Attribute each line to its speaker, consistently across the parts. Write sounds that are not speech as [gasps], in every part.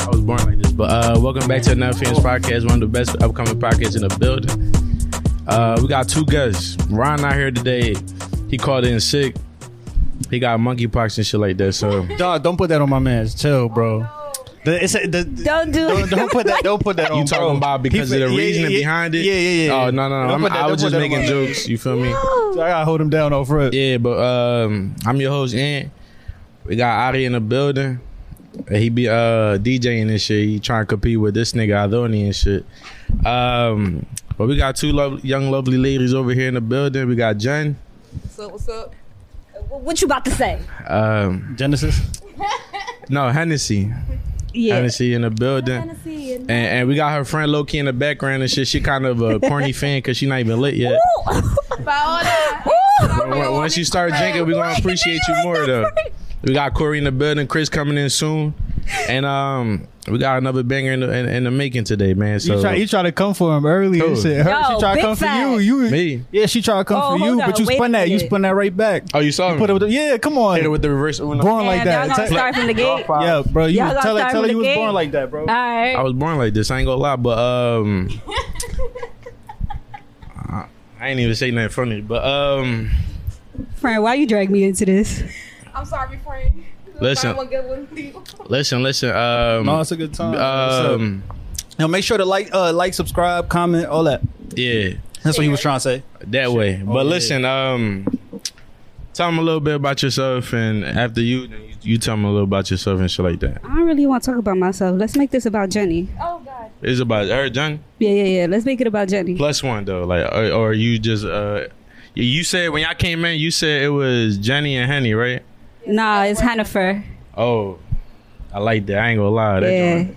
Speaker 1: I was born like this. But uh, welcome back to another Fans podcast, one of the best upcoming podcasts in the building. Uh, we got two guests. Ron out here today. He called in sick. He got monkeypox and shit like that. So
Speaker 2: Dog, don't put that on my man. Chill, bro. The- it's a- the-
Speaker 3: Don't do
Speaker 2: don't,
Speaker 3: it.
Speaker 2: don't put that. Don't put that on.
Speaker 1: you talking about because of the reasoning behind it?
Speaker 2: Yeah, yeah, yeah.
Speaker 1: Oh no, no, no.
Speaker 2: Don't
Speaker 1: I'm,
Speaker 2: put that-
Speaker 1: I was
Speaker 2: don't
Speaker 1: just
Speaker 2: put that
Speaker 1: making
Speaker 2: on my-
Speaker 1: jokes. You feel me?
Speaker 2: So I gotta hold him down off front.
Speaker 1: Yeah, but um, I'm your host, Ant. We got Adi in the building. He be uh DJing and shit. He trying to compete with this nigga Adoni and shit. Um, but we got two lov- young lovely ladies over here in the building. We got Jen.
Speaker 3: What's up? What's up? What you about to say?
Speaker 1: Um,
Speaker 2: Genesis.
Speaker 1: no Hennessy. Hennessy in the building. And, and we got her friend Loki in the background and shit. She kind of a corny fan because she not even lit yet. But when- once you start drinking, we're gonna appreciate you more though. We got Corey in the building, Chris coming in soon, and um, we got another banger in the, in, in the making today, man. So
Speaker 2: you try. You try to come for him early and
Speaker 1: Who?
Speaker 2: shit. Her,
Speaker 3: Yo,
Speaker 2: she try to
Speaker 3: big
Speaker 2: come
Speaker 3: fat.
Speaker 2: for you. You.
Speaker 1: Me?
Speaker 2: Yeah, she try to come
Speaker 3: Oh,
Speaker 2: for
Speaker 3: hold
Speaker 2: you,
Speaker 3: on,
Speaker 2: but you
Speaker 3: wait
Speaker 2: spun
Speaker 3: a
Speaker 2: that. You
Speaker 3: minute.
Speaker 2: spun that right back.
Speaker 1: oh, you saw me
Speaker 2: Put it with the, yeah, come on.
Speaker 1: hit it with the reverse. Uno.
Speaker 2: born like
Speaker 3: Damn, y'all
Speaker 2: that.
Speaker 3: gonna
Speaker 2: Tell-
Speaker 3: start from the gate. All
Speaker 2: yeah, bro. You
Speaker 3: Y'all gotta
Speaker 2: tell her.
Speaker 3: start from
Speaker 2: Tell her
Speaker 3: the
Speaker 2: you was
Speaker 3: gate.
Speaker 2: born like that, bro.
Speaker 1: I
Speaker 3: right.
Speaker 1: was born like this. I ain't gonna lie, but um, I, I ain't even say nothing funny, but um,
Speaker 4: Friend, why you drag me into this?
Speaker 5: I'm sorry, friend.
Speaker 1: Listen.
Speaker 5: Find one good one. [laughs]
Speaker 1: listen, listen, um,
Speaker 2: No, it's a good time. Um,
Speaker 1: um,
Speaker 2: now make sure to like, uh, like, subscribe, comment, all that.
Speaker 1: yeah,
Speaker 2: That's what he was trying to say.
Speaker 1: that way. But
Speaker 2: yeah.
Speaker 1: listen, um, tell them a little bit about yourself, and after you, then you, you tell them a little about yourself and shit like that.
Speaker 4: I don't really want to talk about myself. Let's make this about Jenny.
Speaker 5: oh God.
Speaker 1: It's about her done
Speaker 4: Yeah, yeah, yeah. Let's make it about Jenny.
Speaker 1: plus one though. Like, or, or you just uh, you- you said when y'all came in, you said it was Jenny and Henny, right?
Speaker 4: Nah, it's Hannifer.
Speaker 1: Oh, I like that. I ain't gonna lie. That
Speaker 4: Yeah.
Speaker 1: joint.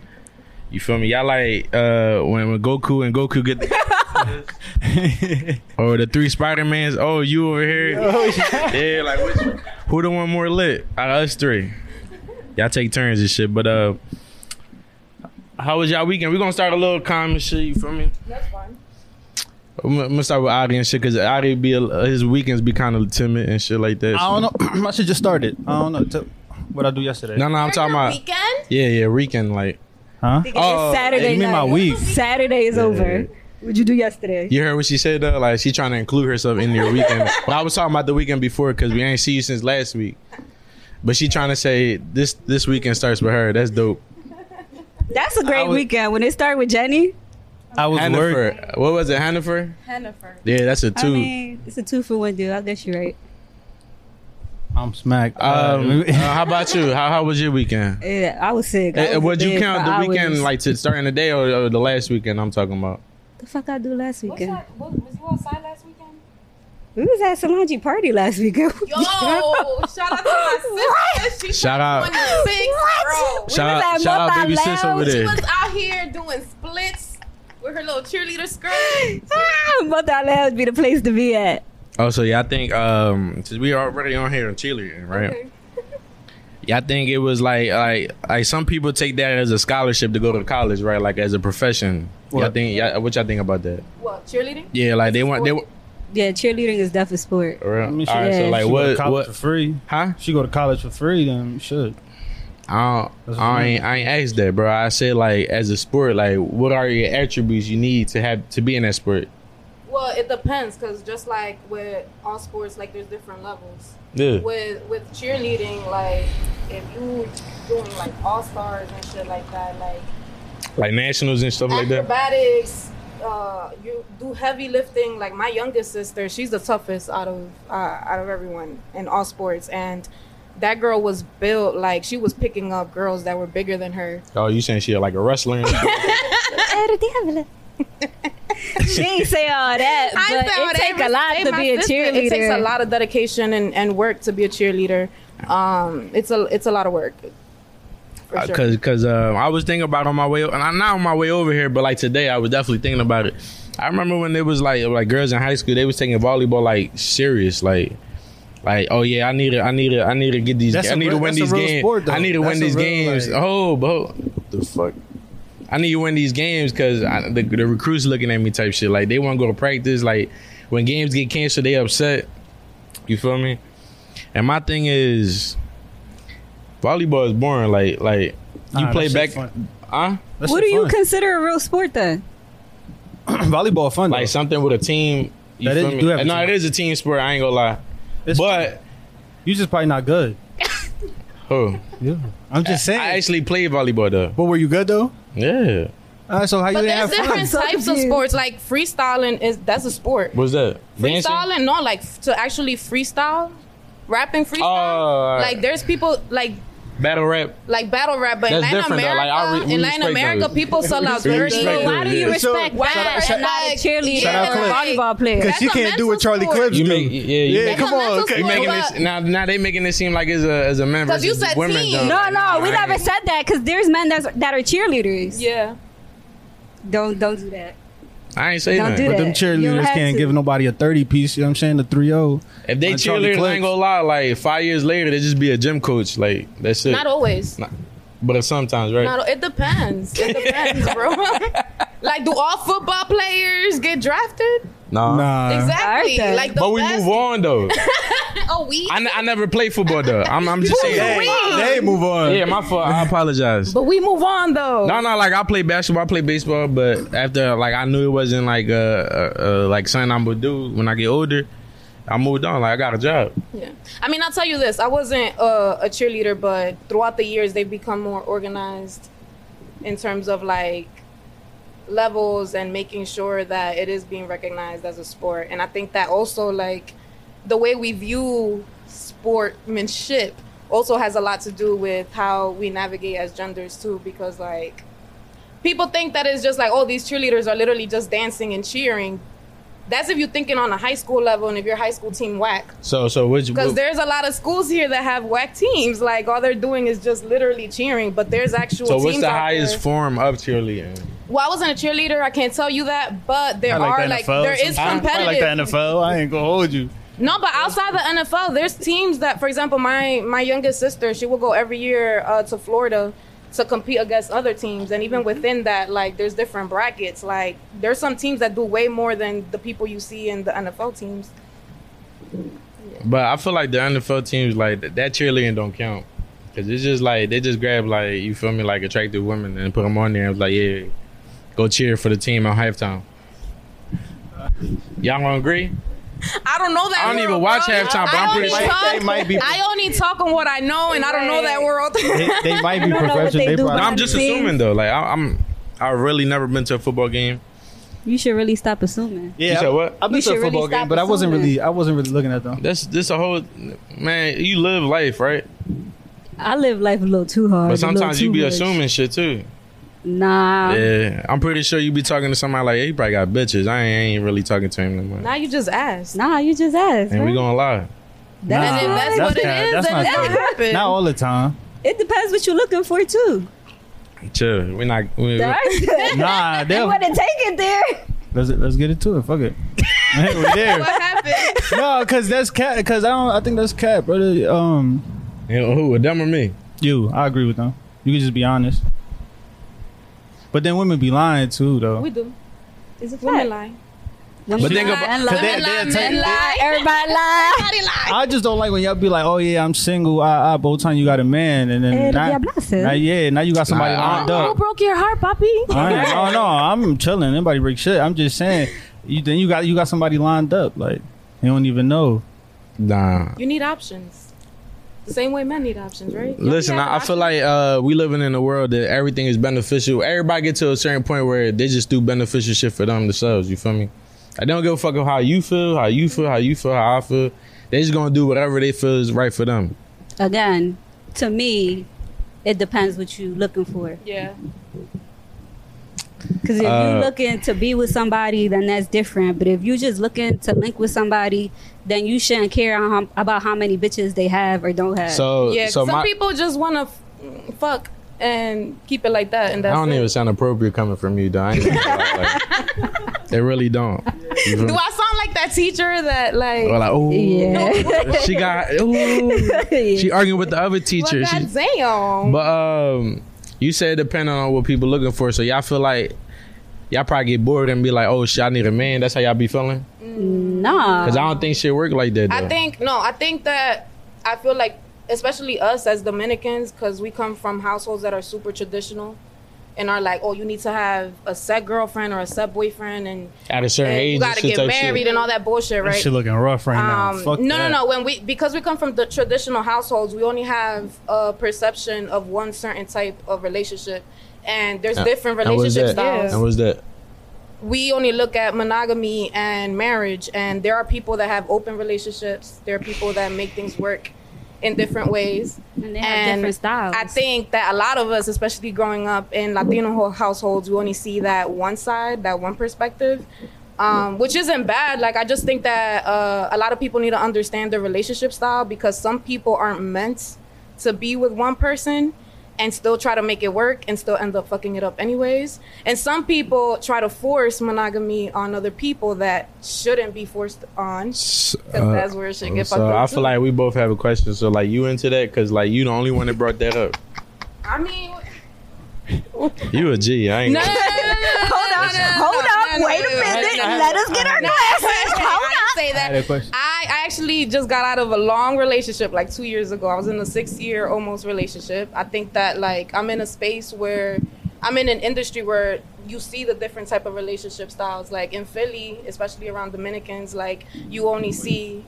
Speaker 1: You feel me? Y'all like uh when, when Goku and Goku get the, or the three Spider Mans. Oh, you over here? yeah, like which, who the one more lit? Out of us three. Y'all take turns and shit. But uh, how was y'all weekend? We gonna start a little calm and shit. You feel me?
Speaker 5: That's fine.
Speaker 1: I'm I'm gonna start with Adi and shit because Adi be a, his weekends be kind of timid and shit like that.
Speaker 2: I don't know. [clears throat] I should just start it. I don't know. Tell- what I do yesterday.
Speaker 1: No, no, I'm talking about
Speaker 5: weekend.
Speaker 1: yeah, yeah, weekend like.
Speaker 2: Huh?
Speaker 1: Oh,
Speaker 4: it's Saturday
Speaker 2: You mean my
Speaker 4: night.
Speaker 2: week?
Speaker 4: Saturday is over. What'd you do yesterday?
Speaker 1: You heard what she said though, like she trying to include herself in your weekend.
Speaker 4: [laughs]
Speaker 1: but I was talking about the weekend before because we ain't see you since last week. But she trying to say this this weekend starts with her. That's dope.
Speaker 4: That's a
Speaker 2: I
Speaker 4: great
Speaker 2: was-
Speaker 4: weekend. When it started with Jenny,
Speaker 2: I was working.
Speaker 1: Hannifer, what was it, Hannifer?
Speaker 5: Hennifer.
Speaker 1: Yeah, that's a
Speaker 4: I
Speaker 1: two.
Speaker 4: mean, it's a two for one deal. I guess you're right.
Speaker 2: I'm smacked.
Speaker 1: um,
Speaker 2: Um,
Speaker 1: uh, how about you? How how was your weekend?
Speaker 4: Yeah, I was sick. I
Speaker 1: Eh, eh,
Speaker 4: was
Speaker 1: would
Speaker 4: in
Speaker 1: you
Speaker 4: bed
Speaker 1: count
Speaker 4: for
Speaker 1: the weekend
Speaker 4: hours.
Speaker 1: like to starting the day or, or the last weekend? I'm talking about.
Speaker 4: the fuck I do last
Speaker 5: What's
Speaker 4: weekend?
Speaker 5: that? What, was you outside last weekend?
Speaker 4: We was at Solange party last weekend.
Speaker 5: Yo!
Speaker 4: [laughs]
Speaker 5: [laughs] shout out to my sister. She
Speaker 1: Shout out.
Speaker 5: 26, bro.
Speaker 4: We
Speaker 1: Shout
Speaker 4: was
Speaker 1: out,
Speaker 4: at
Speaker 1: shout out,
Speaker 4: Mobile
Speaker 1: baby sis over
Speaker 4: Lounge.
Speaker 1: there.
Speaker 5: She was out here doing splits with her little cheerleader [gasps] skirt.
Speaker 4: ah, Mother Lounge be the place to be at.
Speaker 1: Oh, so y'all think um since we already on here in Chile, right?
Speaker 5: Okay.
Speaker 1: [laughs] Y'all think it was like like like some people take that as a scholarship to go to college, right? Like as a profession. Y'all
Speaker 2: What?
Speaker 1: think y'all, what y'all think about that?
Speaker 5: What cheerleading?
Speaker 1: Yeah, like they want they want.
Speaker 4: Yeah, cheerleading is deaf a sport.
Speaker 1: All
Speaker 2: I mean,
Speaker 1: right,
Speaker 2: she-
Speaker 1: so
Speaker 4: Yeah.
Speaker 1: like
Speaker 2: she go to
Speaker 1: what
Speaker 2: college
Speaker 1: what?
Speaker 2: for free?
Speaker 1: Huh?
Speaker 2: She go to college for free, then should.
Speaker 1: I don't,
Speaker 2: That's
Speaker 1: I
Speaker 2: what
Speaker 1: ain't, I ain't asked that, bro. I said like as a sport, like what are your attributes you need to have to be in that sport?
Speaker 5: Well, it depends, cause just like with all sports, like there's different levels.
Speaker 1: Yeah.
Speaker 5: with with cheerleading, like if you doing like all stars and shit like that, like
Speaker 1: Like nationals and stuff like that.
Speaker 5: acrobatics, uh, you do heavy lifting. Like my youngest sister, she's the toughest out of uh, out of everyone in all sports, and that girl was built like she was picking up girls that were bigger than her.
Speaker 1: Oh, you saying she like a wrestler? and shit?
Speaker 4: Uh-uh, [laughs] she ain't say all that, but it take a lot to be a cheerleader.
Speaker 5: It takes a lot of dedication and, and work to be a cheerleader. Um, it's a it's a lot of work. For sure.
Speaker 1: because because uh, I was thinking about on my way and I'm not on my way over here, but like today I was definitely thinking about it. I remember when it was like like girls in high school, they was taking volleyball like serious, like Like, oh yeah, I need to, I need to, I need to get these.
Speaker 2: That's
Speaker 1: I
Speaker 2: a
Speaker 1: need to
Speaker 2: real-
Speaker 1: win
Speaker 2: that's
Speaker 1: these
Speaker 2: a real
Speaker 1: games.
Speaker 2: sport, though.
Speaker 1: I need to win
Speaker 2: That's a
Speaker 1: these
Speaker 2: real,
Speaker 1: games.
Speaker 2: like-
Speaker 1: oh, but
Speaker 6: the fuck?
Speaker 1: I need to win these games because the, the recruits looking at me type shit. Like they want to go to practice. Like when games get canceled, they upset. You feel me? And my thing is, volleyball is boring. Like like you play back, huh?
Speaker 4: What do you consider a real sport then?
Speaker 2: [clears throat] volleyball fun?
Speaker 1: Like
Speaker 2: though.
Speaker 1: something with a team. You
Speaker 2: That is-
Speaker 1: feel
Speaker 2: you
Speaker 1: me?
Speaker 2: do have a
Speaker 1: no,
Speaker 2: team.
Speaker 1: it is a team sport. I ain't gonna lie,
Speaker 2: It's-
Speaker 1: but
Speaker 2: you just probably not good.
Speaker 1: oh,
Speaker 2: Yeah, I'm just saying.
Speaker 1: I actually played volleyball though.
Speaker 2: but were you good though?
Speaker 1: Yeah,
Speaker 2: Uh, so how you
Speaker 5: But
Speaker 2: didn't
Speaker 5: there's
Speaker 2: have fun?
Speaker 5: different types of sports. Like freestyling is that's a sport.
Speaker 1: what's that? Dancing?
Speaker 5: Freestyling, no, like f- to actually freestyle, rapping freestyle.
Speaker 1: Oh,
Speaker 5: Like there's people like
Speaker 1: battle rap.
Speaker 5: like battle rap, but
Speaker 1: That's
Speaker 5: in Latin
Speaker 1: different, though.
Speaker 5: America,
Speaker 1: Like, I re- we
Speaker 5: in Latin
Speaker 1: respect
Speaker 5: America,
Speaker 1: those.
Speaker 5: people sell out
Speaker 1: We
Speaker 5: dirty.
Speaker 1: respect
Speaker 4: Why do you
Speaker 1: Yeah.
Speaker 4: respect
Speaker 5: Why
Speaker 4: that
Speaker 5: shout-
Speaker 4: and not a
Speaker 5: like-
Speaker 4: cheerleader
Speaker 5: Shout
Speaker 4: and
Speaker 5: out
Speaker 4: a
Speaker 5: Clint.
Speaker 4: volleyball player?
Speaker 5: That's
Speaker 2: Because she
Speaker 5: a
Speaker 2: can't do what
Speaker 5: mental
Speaker 2: Charlie
Speaker 5: sport.
Speaker 2: Clips
Speaker 1: You
Speaker 2: do.
Speaker 1: make yeah, you
Speaker 2: yeah,
Speaker 1: make-
Speaker 2: come on.
Speaker 5: That's a
Speaker 1: You
Speaker 5: mental sport,
Speaker 1: making
Speaker 5: but-
Speaker 1: it now? Now they making it seem like it's a as a man
Speaker 5: 'Cause
Speaker 1: versus
Speaker 5: you said
Speaker 1: women.
Speaker 5: team.
Speaker 1: though.
Speaker 4: No,
Speaker 1: Like,
Speaker 4: no, we
Speaker 1: I
Speaker 4: never
Speaker 1: ain't-
Speaker 4: said that because there's men that's, that are cheerleaders.
Speaker 5: Yeah.
Speaker 4: Don't don't do that.
Speaker 1: I ain't say
Speaker 4: Don't
Speaker 1: that.
Speaker 4: do
Speaker 2: But them
Speaker 4: that. You don't
Speaker 2: cheerleaders
Speaker 4: have
Speaker 2: can't
Speaker 4: to.
Speaker 2: give nobody a oh. 30 piece, you know what I'm saying? The 3 0.
Speaker 1: If they
Speaker 2: On Charlie
Speaker 1: cheerleaders, I
Speaker 2: Clips.
Speaker 1: ain't gonna lie. Like five years later, they just be a gym coach. Like that's it.
Speaker 5: Not always.
Speaker 1: but it's sometimes, right?
Speaker 5: Not, it depends. It
Speaker 1: [laughs]
Speaker 5: depends, bro. like, do all football players get drafted?
Speaker 1: nah.
Speaker 2: Nah.
Speaker 5: Exactly.
Speaker 4: Alright then.
Speaker 5: Like the
Speaker 1: Uh-huh. But we
Speaker 5: best-
Speaker 1: move on though.
Speaker 5: [laughs] Oh, we.
Speaker 1: I, n- I never played football though. I'm, I'm
Speaker 5: [laughs]
Speaker 1: just saying.
Speaker 2: Hey, move on.
Speaker 1: Yeah, my fault. I apologize.
Speaker 5: but we move on though.
Speaker 1: No, no, like I play basketball, I play baseball, but after like I knew it wasn't like uh, uh, uh like something I'm gonna do when I get older, I moved on. Like I got a job.
Speaker 5: Yeah. I mean, I'll tell you this. I wasn't uh, a cheerleader, but throughout the years, they've become more organized in terms of like levels and making sure that it is being recognized as a sport. And I think that also, like, the way we view sportsmanship also has a lot to do with how we navigate as genders, too, because, like, people think that it's just like, oh, these cheerleaders are literally just dancing and cheering. That's if you're thinking on a high school level and if your high school team whack.
Speaker 1: So so which
Speaker 5: Because there's a lot of schools here that have whack teams. Like all they're doing is just literally cheering, but there's actual.
Speaker 1: so what's
Speaker 5: teams
Speaker 1: the
Speaker 5: out
Speaker 1: highest
Speaker 5: there.
Speaker 1: form of cheerleading?
Speaker 5: well, I wasn't a cheerleader. I can't tell you that, but there
Speaker 2: Kinda
Speaker 5: are
Speaker 2: the
Speaker 5: like
Speaker 2: NFL,
Speaker 5: there is
Speaker 2: sometimes.
Speaker 5: competitive.
Speaker 2: Kinda like the NFL. I ain't gonna hold you.
Speaker 5: No, but outside the NFL, there's teams that, for example, my my youngest sister, she will go every year uh, to Florida to compete against other teams, and even within that, like there's different brackets. Like there's some teams that do way more than the people you see in the NFL teams.
Speaker 1: But I feel like the NFL teams like that, that cheerleading don't count because it's just like they just grab like you feel me like attractive women and put them on there and was like yeah, go cheer for the team at halftime. Y'all gonna agree?
Speaker 5: I don't know that.
Speaker 1: I don't
Speaker 5: world,
Speaker 1: even watch
Speaker 5: bro.
Speaker 1: halftime, but
Speaker 5: I
Speaker 1: I'm
Speaker 5: only
Speaker 1: pretty sure-
Speaker 5: talk-
Speaker 6: They might be-
Speaker 5: I only talk on what I know, and I don't know that
Speaker 4: Right.
Speaker 5: world. [laughs]
Speaker 2: They, [laughs] they might be
Speaker 4: don't know what
Speaker 2: professional.
Speaker 4: they
Speaker 2: They
Speaker 4: do,
Speaker 1: No,
Speaker 2: probably-
Speaker 1: I'm just
Speaker 4: Teams.
Speaker 1: assuming though. Like I, I'm, I really never been to a football game.
Speaker 4: You should really stop assuming.
Speaker 2: yeah,
Speaker 1: You said what?
Speaker 2: I've been
Speaker 4: You
Speaker 2: to a
Speaker 4: should really
Speaker 2: football game,
Speaker 4: stop
Speaker 2: but I wasn't
Speaker 4: assuming.
Speaker 2: really, I wasn't really looking at them.
Speaker 1: That's this a whole man. You live life, right?
Speaker 4: I live life a little too hard.
Speaker 1: But sometimes you be
Speaker 4: assuming.
Speaker 1: assuming shit too.
Speaker 4: Nah.
Speaker 1: Yeah, I'm pretty sure you be talking to somebody like, "Hey, he probably got bitches." I ain't, I ain't really talking to him no more.
Speaker 5: Now you just asked.
Speaker 4: Nah, you just asked.
Speaker 1: And we
Speaker 4: bro.
Speaker 1: gonna lie.
Speaker 2: Nah,
Speaker 4: That's,
Speaker 5: And if that's,
Speaker 2: that's
Speaker 5: what it
Speaker 2: kinda-
Speaker 5: is,
Speaker 2: that's
Speaker 5: then
Speaker 2: not
Speaker 5: that
Speaker 2: true.
Speaker 5: happened.
Speaker 2: Not all the time.
Speaker 4: it depends what you're looking for too.
Speaker 1: Chill. We're not. We, we,
Speaker 4: [laughs]
Speaker 2: Nah,
Speaker 4: you
Speaker 2: they'll,
Speaker 4: want to take it there.
Speaker 2: let's let's get into it. Fuck [laughs] it. Hey, we there.
Speaker 5: What happened?
Speaker 2: No, cause that's cat. Cause I don't. I think that's cat, brother. Um,
Speaker 1: you know, who? Them or me?
Speaker 2: you. I agree with them. You can just be honest. But then women be lying too, though.
Speaker 5: [laughs] we do.
Speaker 4: It's a
Speaker 5: Women
Speaker 4: fact.
Speaker 5: lie.
Speaker 1: But think
Speaker 4: Women
Speaker 1: about-
Speaker 4: lie,
Speaker 2: Cause
Speaker 4: lie,
Speaker 2: they- they'll
Speaker 5: lie,
Speaker 2: tell
Speaker 5: men
Speaker 2: you-
Speaker 5: lie.
Speaker 4: Everybody lie.
Speaker 2: I just don't like when y'all be like, "Oh yeah, I'm single." I, I both time you got a man, and then
Speaker 4: Eh,
Speaker 2: now,
Speaker 4: yeah, blessing.
Speaker 2: now- yeah, now you got somebody
Speaker 1: Nah, I-
Speaker 2: lined
Speaker 5: Who
Speaker 2: up.
Speaker 5: broke your heart, Poppy?
Speaker 2: I ain't- oh no, I'm chilling. Nobody break shit. I'm just saying. You then you got you got somebody lined up. Like you don't even know.
Speaker 1: Nah.
Speaker 5: You need options. The same way men need options, right?
Speaker 1: Listen, I, I feel like uh, we living in a world that everything is beneficial. Everybody get to a certain point where they just do beneficial shit for them themselves. You feel me? I don't give a fuck of how you feel, how you feel, how you feel, how I feel. They just gonna do whatever they feel is right for them.
Speaker 4: Again, to me, it depends what you're looking for.
Speaker 5: Yeah.
Speaker 4: Because if
Speaker 1: Uh,
Speaker 4: you looking to be with somebody, then that's different. But if you just looking to link with somebody, then you shouldn't care how, about how many bitches they have or don't have.
Speaker 1: So,
Speaker 5: Yeah.
Speaker 1: Oh, so
Speaker 5: some
Speaker 1: my
Speaker 5: people just want to f- fuck and keep it like that, and
Speaker 1: I
Speaker 5: that's
Speaker 1: don't
Speaker 5: it. [laughs]
Speaker 1: even sound appropriate coming from you, Don. They really don't. You feel
Speaker 5: Do
Speaker 1: me?
Speaker 5: I sound like that teacher that like?
Speaker 1: Or like, oh,
Speaker 4: Yeah.
Speaker 1: she got, ooh.
Speaker 5: [laughs]
Speaker 1: she arguing with the other
Speaker 5: well,
Speaker 1: teacher. She-
Speaker 5: goddamn.
Speaker 1: but um, you said depending on what people looking for, so y'all feel like y'all probably get bored and be like, oh shit, I need a man. That's how y'all be feeling.
Speaker 4: Nah.
Speaker 1: Cause I don't think shit work like that. Though.
Speaker 5: Um, I think no. I think that I feel like, especially us as Dominicans, because we come from households that are super traditional, and are like, oh, you need to have a set girlfriend or a set boyfriend, and,
Speaker 1: at a certain
Speaker 5: and
Speaker 1: age,
Speaker 5: you
Speaker 1: and
Speaker 5: gotta
Speaker 1: shit
Speaker 5: get
Speaker 1: type shit.
Speaker 5: married and all that bullshit,
Speaker 2: That
Speaker 5: right?
Speaker 2: shit looking rough right now.
Speaker 5: Um,
Speaker 2: Fuck
Speaker 5: no,
Speaker 2: that.
Speaker 5: no, no. When we because we come from the traditional households, we only have a perception of one certain type of relationship, and there's
Speaker 1: Uh,
Speaker 5: different
Speaker 1: and what's
Speaker 5: relationship
Speaker 1: that?
Speaker 5: styles.
Speaker 1: And what's that?
Speaker 5: We only look at monogamy and marriage, and there are people that have open relationships. There are people that make things work in different ways.
Speaker 4: And they have different styles.
Speaker 5: I think that a lot of us, especially growing up in Latino ho- households, we only see that one side, that one perspective, um, which isn't bad. Like, I just think that uh, a lot of people need to understand their relationship style because some people aren't meant to be with one person and still try to make it work and still end up fucking it up anyways. And some people try to force monogamy on other people that shouldn't be forced on. Because that's where shit get fucked
Speaker 1: uh, So
Speaker 5: up.
Speaker 1: I feel
Speaker 5: too.
Speaker 1: like we both have a question. So like you into that? Cause like you the only one that brought that up.
Speaker 5: I mean,
Speaker 1: You a G. I ain't.
Speaker 5: no, no,
Speaker 1: gonna-
Speaker 5: no, no,
Speaker 3: Hold
Speaker 5: no, no,
Speaker 3: up,
Speaker 5: no, no,
Speaker 3: hold
Speaker 5: no,
Speaker 3: up,
Speaker 5: no,
Speaker 3: wait
Speaker 5: no,
Speaker 3: a
Speaker 5: no, no,
Speaker 3: minute.
Speaker 5: no, no,
Speaker 3: Let us get our glasses.
Speaker 5: I
Speaker 3: Hold
Speaker 5: didn't
Speaker 3: up.
Speaker 5: say
Speaker 2: I had a
Speaker 5: that.
Speaker 2: question.
Speaker 5: I I actually just got out of a long relationship like two years ago. I was in a six year almost relationship. I think that like I'm in a space where I'm in an industry where you see the different type of relationship styles. Like in Philly, especially around Dominicans, like you only see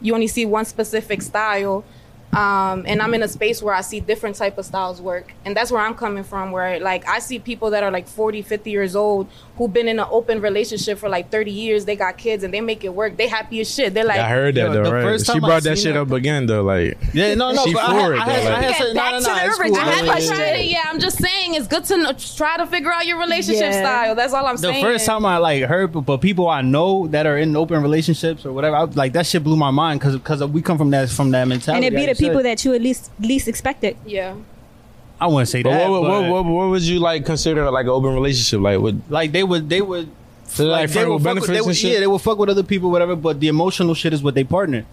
Speaker 5: you only see one specific style um, and i'm in a space where i see different type of styles work and that's where i'm coming from where like i see people that are like 40 50 years old who've been in an open relationship for like 30 years they got kids and they make it work they happy as shit they're like
Speaker 1: I heard that
Speaker 2: Yo,
Speaker 1: though,
Speaker 2: the
Speaker 1: right?
Speaker 2: first
Speaker 1: She
Speaker 2: time I
Speaker 1: brought that
Speaker 2: seen
Speaker 1: shit
Speaker 2: it-
Speaker 1: up again though, like
Speaker 2: Yeah, no, no.
Speaker 1: She
Speaker 2: but I,
Speaker 1: for it,
Speaker 2: I, had-
Speaker 1: though,
Speaker 2: I had
Speaker 1: like-
Speaker 2: said- no,
Speaker 3: Back
Speaker 2: no,
Speaker 3: to
Speaker 2: no,
Speaker 3: the
Speaker 2: it's cool.
Speaker 3: original.
Speaker 5: I
Speaker 3: Yeah,
Speaker 5: haven't
Speaker 3: yeah,
Speaker 5: tried it yet. I'm just saying it's good to know, try to figure out your relationship
Speaker 4: Yeah.
Speaker 5: style. That's all I'm
Speaker 2: the
Speaker 5: saying.
Speaker 2: first time I like heard, but, but people I know that are in open relationships or whatever, I, was like that shit blew my mind because we come from that from that
Speaker 4: and
Speaker 2: mentality.
Speaker 4: it be
Speaker 2: like
Speaker 4: the
Speaker 2: you said.
Speaker 4: people that you at least least expected.
Speaker 5: yeah.
Speaker 2: I wouldn't say
Speaker 1: But
Speaker 2: that.
Speaker 1: what, what,
Speaker 2: but,
Speaker 1: what, what would you like consider like an open relationship? Like what?
Speaker 2: like they would they would
Speaker 1: So, like,
Speaker 2: they
Speaker 1: friend
Speaker 2: would
Speaker 1: with
Speaker 2: fuck with,
Speaker 1: benefits
Speaker 2: they
Speaker 1: and
Speaker 2: would,
Speaker 1: shit?
Speaker 2: yeah they would fuck with other people whatever, but the emotional shit is what they partner.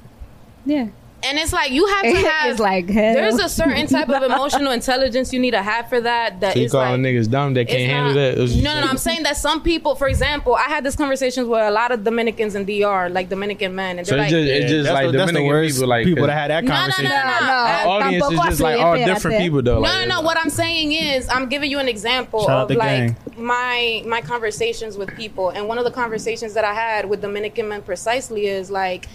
Speaker 4: Yeah.
Speaker 5: And it's like you have to have
Speaker 4: it's like hell.
Speaker 5: there's a certain type [laughs] of emotional intelligence you need to have for that. That
Speaker 1: So you
Speaker 5: is like,
Speaker 1: calling niggas dumb that can't
Speaker 5: It's
Speaker 1: handle
Speaker 5: not-
Speaker 1: that? That's what you
Speaker 5: No, no, no.
Speaker 1: said.
Speaker 5: I'm saying that some people, for example, I had this conversation with a lot of Dominicans in DR, like Dominican men, and
Speaker 1: So
Speaker 5: they're
Speaker 1: it's
Speaker 5: like,
Speaker 1: just, it's just
Speaker 2: that's
Speaker 1: like
Speaker 2: the, that's the
Speaker 1: Dominican
Speaker 2: worst
Speaker 1: people, like uh,
Speaker 2: people that had that
Speaker 5: No, no, no,
Speaker 2: conversation.
Speaker 5: no, no.
Speaker 1: Our audience is
Speaker 4: tampoco
Speaker 1: just
Speaker 4: así,
Speaker 1: like all
Speaker 4: espérate.
Speaker 1: different people though. like,
Speaker 5: no, no, no. What I'm saying is, I'm giving you an example
Speaker 2: Shout out
Speaker 5: of
Speaker 2: the
Speaker 5: like
Speaker 2: gang.
Speaker 5: my my conversations with people, and one of the conversations that I had with Dominican men precisely is like,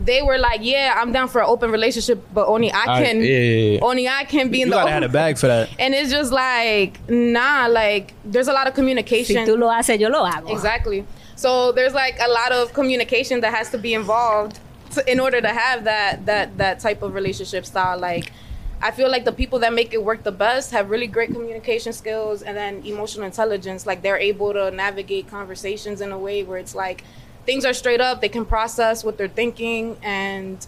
Speaker 5: they were like, "Yeah, I'm down for an open relationship, but only I
Speaker 1: I-
Speaker 5: can,
Speaker 1: yeah, yeah, yeah.
Speaker 5: only I can be in
Speaker 2: You
Speaker 5: the
Speaker 2: gotta had
Speaker 5: open."
Speaker 2: a bag for that.
Speaker 5: [laughs] and it's just like, nah, like there's a lot of
Speaker 4: Si
Speaker 5: communication.
Speaker 4: tú lo haces, yo lo hago.
Speaker 5: Exactly. So there's like a lot of communication that has to be involved to, in order to have that that that type of relationship style. Like, I feel like the people that make it work the best have really great communication skills and then emotional intelligence. Like they're able to navigate conversations in a way where it's like things are straight up. They can process what they're thinking and.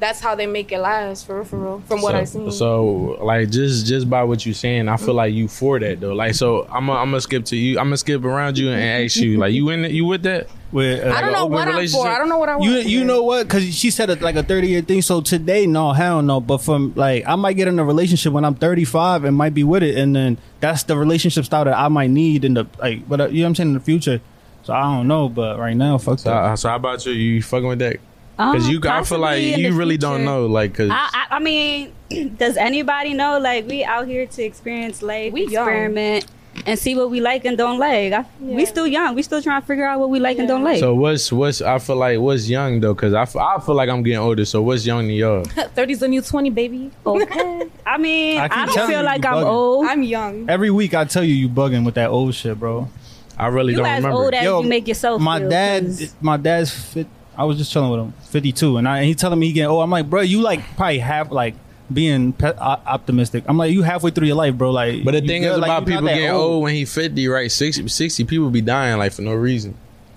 Speaker 5: That's how they make it last, for real, for real. From what
Speaker 1: so,
Speaker 5: I've seen,
Speaker 1: So like just just by what you saying, I feel like you for that though. Like so, I'm i I'm gonna skip to you. I'm gonna skip around you and ask you like you in it, you with that?
Speaker 2: With, uh,
Speaker 5: I
Speaker 1: like
Speaker 5: don't know
Speaker 1: an
Speaker 5: what
Speaker 1: open
Speaker 5: I'm for.
Speaker 1: relationship?
Speaker 5: I don't know what I want.
Speaker 2: You you know what? Because she said it like a thirty year thing. So today, no, hell no. But from like, I might get in a relationship when I'm thirty five and might be with it, and then that's the relationship style that I might need in the like. But uh, you know what I'm saying in the future. So I don't know, but right now, fuck
Speaker 1: So,
Speaker 2: that.
Speaker 1: uh, so how about you? You fucking with that?
Speaker 5: Uh,
Speaker 1: Because
Speaker 4: Um,
Speaker 1: you, I feel like
Speaker 4: possibly in
Speaker 1: you
Speaker 4: the
Speaker 1: really don't
Speaker 4: future.
Speaker 1: know. Like, cause
Speaker 4: I, I, I mean, [clears throat] does anybody know? Like, we out here to experience life,
Speaker 5: We young.
Speaker 4: experiment, and see what we like and don't like. I, We
Speaker 5: Yeah.
Speaker 4: still young. We still trying to figure out what we like and
Speaker 5: Yeah.
Speaker 4: don't like.
Speaker 1: so what's what's I feel like what's young though? Cause I, f- I feel like I'm getting older. So what's young to y'all?
Speaker 5: 30's the new 20, baby.
Speaker 4: okay. I mean,
Speaker 2: I
Speaker 4: I,
Speaker 2: keep
Speaker 4: don't
Speaker 2: telling
Speaker 4: feel
Speaker 2: you,
Speaker 4: like
Speaker 2: you
Speaker 4: I'm
Speaker 2: bugging.
Speaker 4: old.
Speaker 5: I'm young.
Speaker 2: Every week I tell you, you bugging with that old shit, bro.
Speaker 1: I really
Speaker 4: you
Speaker 1: don't
Speaker 4: as
Speaker 1: remember.
Speaker 4: old as
Speaker 2: Yo,
Speaker 4: you make yourself.
Speaker 2: My
Speaker 4: feel,
Speaker 2: dad,
Speaker 4: 'cause-
Speaker 2: my dad's fit. I was just chilling with him, fifty two, and, I, and he telling me he getting. Oh, I'm like, bro, you like probably half like being pe- o- optimistic. I'm like, you halfway through your life, bro. Like,
Speaker 1: but the
Speaker 2: you
Speaker 1: thing
Speaker 2: good,
Speaker 1: is
Speaker 2: like,
Speaker 1: about
Speaker 2: you not
Speaker 1: people
Speaker 2: that
Speaker 1: getting old. when he 50, right? 60, 60 people be dying like for no reason.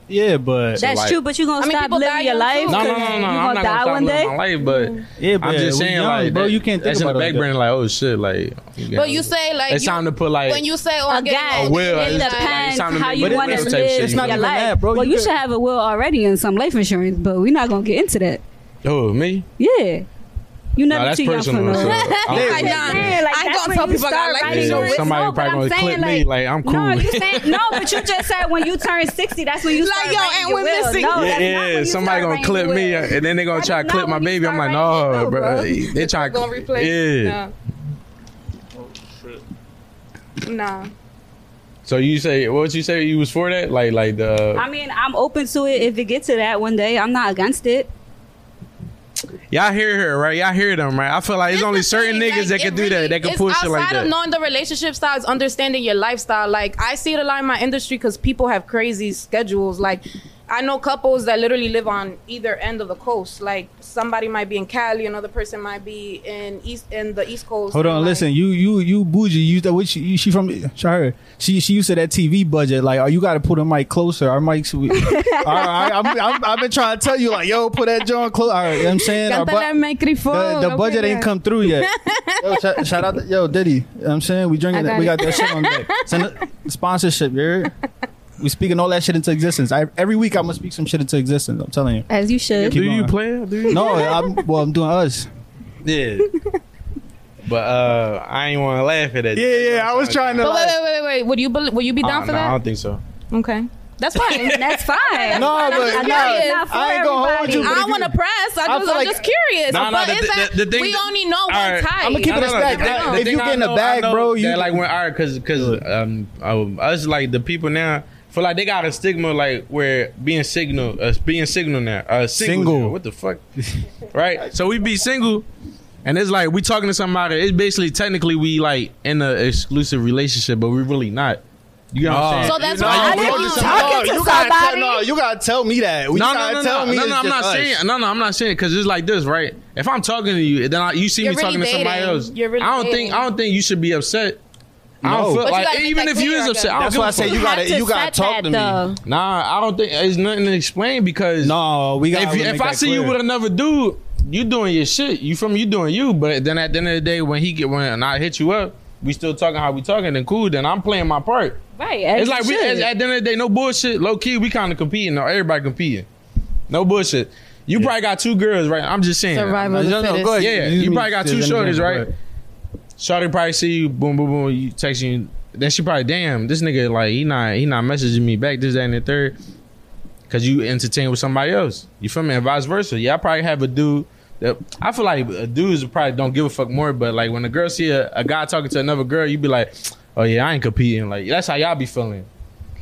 Speaker 2: Yeah, but
Speaker 4: That's
Speaker 1: like-
Speaker 4: true, but you're gonna
Speaker 5: I mean,
Speaker 4: stop
Speaker 5: people die
Speaker 4: living your
Speaker 5: young
Speaker 4: life.
Speaker 5: too.
Speaker 1: No, no, no,
Speaker 4: 'cause
Speaker 1: no,
Speaker 4: you
Speaker 1: no. I'm not gonna
Speaker 4: die
Speaker 1: stop
Speaker 4: one
Speaker 1: living
Speaker 4: day.
Speaker 1: my life, but
Speaker 2: yeah, but
Speaker 1: I'm just
Speaker 2: we
Speaker 1: saying,
Speaker 2: young,
Speaker 1: like,
Speaker 2: bro,
Speaker 1: that-
Speaker 2: you can't think
Speaker 1: that's
Speaker 2: about
Speaker 1: in the
Speaker 2: it
Speaker 1: back
Speaker 2: like
Speaker 1: burner,
Speaker 2: that.
Speaker 1: like, oh shit, like. you
Speaker 5: But you
Speaker 1: know,
Speaker 5: say like
Speaker 1: it's
Speaker 5: you-
Speaker 1: time to put like.
Speaker 5: when you say oh I'm
Speaker 4: Again,
Speaker 5: getting
Speaker 1: will,
Speaker 5: older,
Speaker 1: it's
Speaker 4: it
Speaker 5: like,
Speaker 4: depends
Speaker 1: time to
Speaker 4: how
Speaker 1: make
Speaker 4: you
Speaker 1: a
Speaker 4: want to
Speaker 1: will
Speaker 4: live
Speaker 1: type shit,
Speaker 2: It's not
Speaker 4: your
Speaker 2: even
Speaker 4: life.
Speaker 2: that, bro.
Speaker 4: Well,
Speaker 2: You
Speaker 4: you
Speaker 2: could-
Speaker 4: should have a will already in some life insurance, but we're not gonna get into that.
Speaker 1: oh me,
Speaker 4: Yeah, you
Speaker 1: no,
Speaker 4: never
Speaker 1: that's
Speaker 4: too young for
Speaker 1: personal.
Speaker 4: no.
Speaker 1: so I don't-
Speaker 5: Like, [laughs] nah,
Speaker 4: Yeah, like,
Speaker 5: I ain't
Speaker 4: that's
Speaker 5: gonna
Speaker 4: when
Speaker 5: tell
Speaker 4: you
Speaker 5: people I got
Speaker 4: start
Speaker 5: life
Speaker 4: writing
Speaker 1: Yeah,
Speaker 5: insurance.
Speaker 4: your-
Speaker 1: somebody
Speaker 4: no, but
Speaker 1: probably
Speaker 4: I'm
Speaker 1: gonna
Speaker 4: saying,
Speaker 1: clip me, like, I'm
Speaker 4: No,
Speaker 1: cool.
Speaker 4: you said no, but you just said when you turn sixty, that's when you
Speaker 5: Like,
Speaker 4: start
Speaker 5: yo,
Speaker 4: writing
Speaker 5: and
Speaker 4: your
Speaker 5: when
Speaker 4: will. No,
Speaker 5: this-
Speaker 4: that's not
Speaker 1: yeah,
Speaker 4: when
Speaker 1: somebody
Speaker 4: you start
Speaker 1: gonna
Speaker 4: writing
Speaker 1: clip
Speaker 4: your
Speaker 1: me,
Speaker 4: will.
Speaker 1: uh, and then they gonna
Speaker 4: That
Speaker 1: try
Speaker 4: is
Speaker 1: to clip
Speaker 4: not
Speaker 1: my
Speaker 4: when you
Speaker 1: baby. I'm
Speaker 4: start
Speaker 1: like,
Speaker 4: writing your
Speaker 1: no,
Speaker 4: will,
Speaker 1: bro.
Speaker 4: bro.
Speaker 1: They try.
Speaker 5: gonna replay.
Speaker 1: Yeah.
Speaker 5: Nah. Nah.
Speaker 1: So you say what you say you was for that? Like, like the
Speaker 4: I mean, I'm open to it if it gets to that one day. I'm not against it.
Speaker 1: y'all hear her right? Y'all hear them right? I feel like it's
Speaker 5: That's
Speaker 1: only
Speaker 5: the
Speaker 1: certain
Speaker 5: thing,
Speaker 1: niggas
Speaker 5: like,
Speaker 1: that
Speaker 5: it
Speaker 1: can do that.
Speaker 5: really-
Speaker 1: That can
Speaker 5: it's
Speaker 1: push it like
Speaker 5: outside
Speaker 1: that.
Speaker 5: of knowing the relationship style is understanding your lifestyle. Like I see it a lot in my industry because people have crazy schedules. Like I know couples that literally live on either end of the coast. Like somebody might be in Cali, another person might be in east in the East Coast.
Speaker 2: Hold on,
Speaker 5: Like,
Speaker 2: listen. You you you bougie. You that what she, you- she from? Her she she used to that TV budget. Like, oh, you got to put the mic closer. Our mics. We, [laughs] all right, I'm, I'm, I've been trying to tell you, like, yo, put that joint close. All right, you know what I'm saying Our bu- the, the budget ain't come through yet. Oh, [laughs] yo, shout, shout out, to, yo, Diddy. You know what I'm saying we drinking that.
Speaker 4: I got
Speaker 2: we
Speaker 4: it.
Speaker 2: got that shit on deck. Send a, sponsorship, you heard? We speaking all that shit into existence. I, every week I'm gonna speak some shit into existence. I'm telling you.
Speaker 4: As you should.
Speaker 1: Do you
Speaker 2: going.
Speaker 1: play? it? Do you?
Speaker 2: No, I'm, well, I'm doing us.
Speaker 1: Yeah. [laughs] but uh, I ain't want to laugh at it.
Speaker 2: trying to.
Speaker 5: But wait, wait, wait, wait. Would you bel will you be down for
Speaker 1: Oh, no, I
Speaker 5: that?
Speaker 1: don't think so.
Speaker 5: Okay,
Speaker 1: [laughs]
Speaker 5: that's fine.
Speaker 4: That's fine.
Speaker 2: No, but
Speaker 4: I'm
Speaker 2: nah,
Speaker 4: not for
Speaker 2: I ain't gonna hold you,
Speaker 4: everybody.
Speaker 5: I
Speaker 2: if
Speaker 5: don't want to press. I
Speaker 2: I
Speaker 5: just,
Speaker 2: feel
Speaker 5: I'm
Speaker 2: like-
Speaker 5: just curious.
Speaker 1: Nah, nah,
Speaker 5: but
Speaker 1: the-
Speaker 5: it's
Speaker 1: the-
Speaker 5: that
Speaker 1: the thing
Speaker 5: we
Speaker 1: that-
Speaker 5: only know one
Speaker 1: Alright,
Speaker 5: type.
Speaker 2: I'ma keep it a
Speaker 1: No, no,
Speaker 2: stack.
Speaker 1: the thing-
Speaker 2: Like,
Speaker 1: the
Speaker 2: if
Speaker 1: thing
Speaker 2: you get in
Speaker 1: I
Speaker 2: the
Speaker 1: know-
Speaker 2: bag,
Speaker 1: I know
Speaker 2: bro, you-
Speaker 1: that, like when all right, cause cause um, um us like the people now feel like they got a stigma like where being signal us being signal now uh single,
Speaker 2: Single.
Speaker 1: now. what the fuck right so we be single and it's like we talking to somebody it's basically technically we like in an exclusive relationship but we really not you know what I'm
Speaker 2: Oh.
Speaker 1: saying
Speaker 5: So that's
Speaker 1: You
Speaker 5: why
Speaker 1: know,
Speaker 5: I
Speaker 1: you
Speaker 5: didn't
Speaker 1: talking to
Speaker 5: want-
Speaker 1: somebody-
Speaker 4: Talking to
Speaker 2: you gotta tell,
Speaker 4: somebody.
Speaker 2: no, you gotta tell me that. We
Speaker 1: no,
Speaker 2: gotta
Speaker 1: no, no,
Speaker 2: tell
Speaker 1: no,
Speaker 2: me
Speaker 1: no,
Speaker 2: it's
Speaker 1: no, I'm
Speaker 2: just
Speaker 1: not
Speaker 2: us.
Speaker 1: saying. No, no, I'm not saying because it's like this, right? If I'm talking to you, then I, you see
Speaker 5: You're
Speaker 1: me
Speaker 5: really
Speaker 1: talking to somebody
Speaker 5: dating.
Speaker 1: else.
Speaker 5: You're really
Speaker 1: I don't think
Speaker 5: dating.
Speaker 1: I don't think you should be upset. I
Speaker 2: No.
Speaker 1: don't feel
Speaker 5: But you
Speaker 1: like
Speaker 5: gotta make
Speaker 1: even
Speaker 5: that
Speaker 1: if you
Speaker 5: clear,
Speaker 1: is
Speaker 5: I
Speaker 1: upset, I don't
Speaker 2: That's
Speaker 1: give
Speaker 2: why
Speaker 1: a
Speaker 2: I say
Speaker 1: fuck.
Speaker 2: you gotta you gotta talk to me.
Speaker 1: Nah, I don't think it's nothing to explain because
Speaker 2: No, we gotta.
Speaker 1: if you-
Speaker 2: make
Speaker 1: if I
Speaker 2: that
Speaker 1: see you
Speaker 2: clear.
Speaker 1: with another dude, you doing your shit. You from you doing you. But then at the end of the day, when he get when I hit you up, we still talking how we talking. Then cool. Then I'm playing my part.
Speaker 4: Right. As
Speaker 1: It's
Speaker 4: you
Speaker 1: like we,
Speaker 4: should.
Speaker 1: at, at the end of the day, no bullshit. Low key, we kind of competing. No, everybody competing. No bullshit. You probably got two girls, right? I'm just saying.
Speaker 5: Survival of the
Speaker 1: No, no,
Speaker 5: fittest.
Speaker 1: go ahead. Yeah,
Speaker 2: Excuse
Speaker 1: you
Speaker 2: me,
Speaker 1: probably got two
Speaker 2: sis, let me
Speaker 1: shorties,
Speaker 2: jump
Speaker 1: right?
Speaker 2: in.
Speaker 1: Shorty probably see you, boom, boom, boom. You text you. Then she probably, damn, this nigga like he not he not messaging me back. This, that, and the third. Cause you entertain with somebody else. You feel me? And vice versa. Yeah, I probably have a dude. That, I feel like uh, dudes probably don't give a fuck more, but like when a girl see a, a guy talking to another girl, you be like, "Oh yeah, I ain't competing." Like that's how y'all be feeling.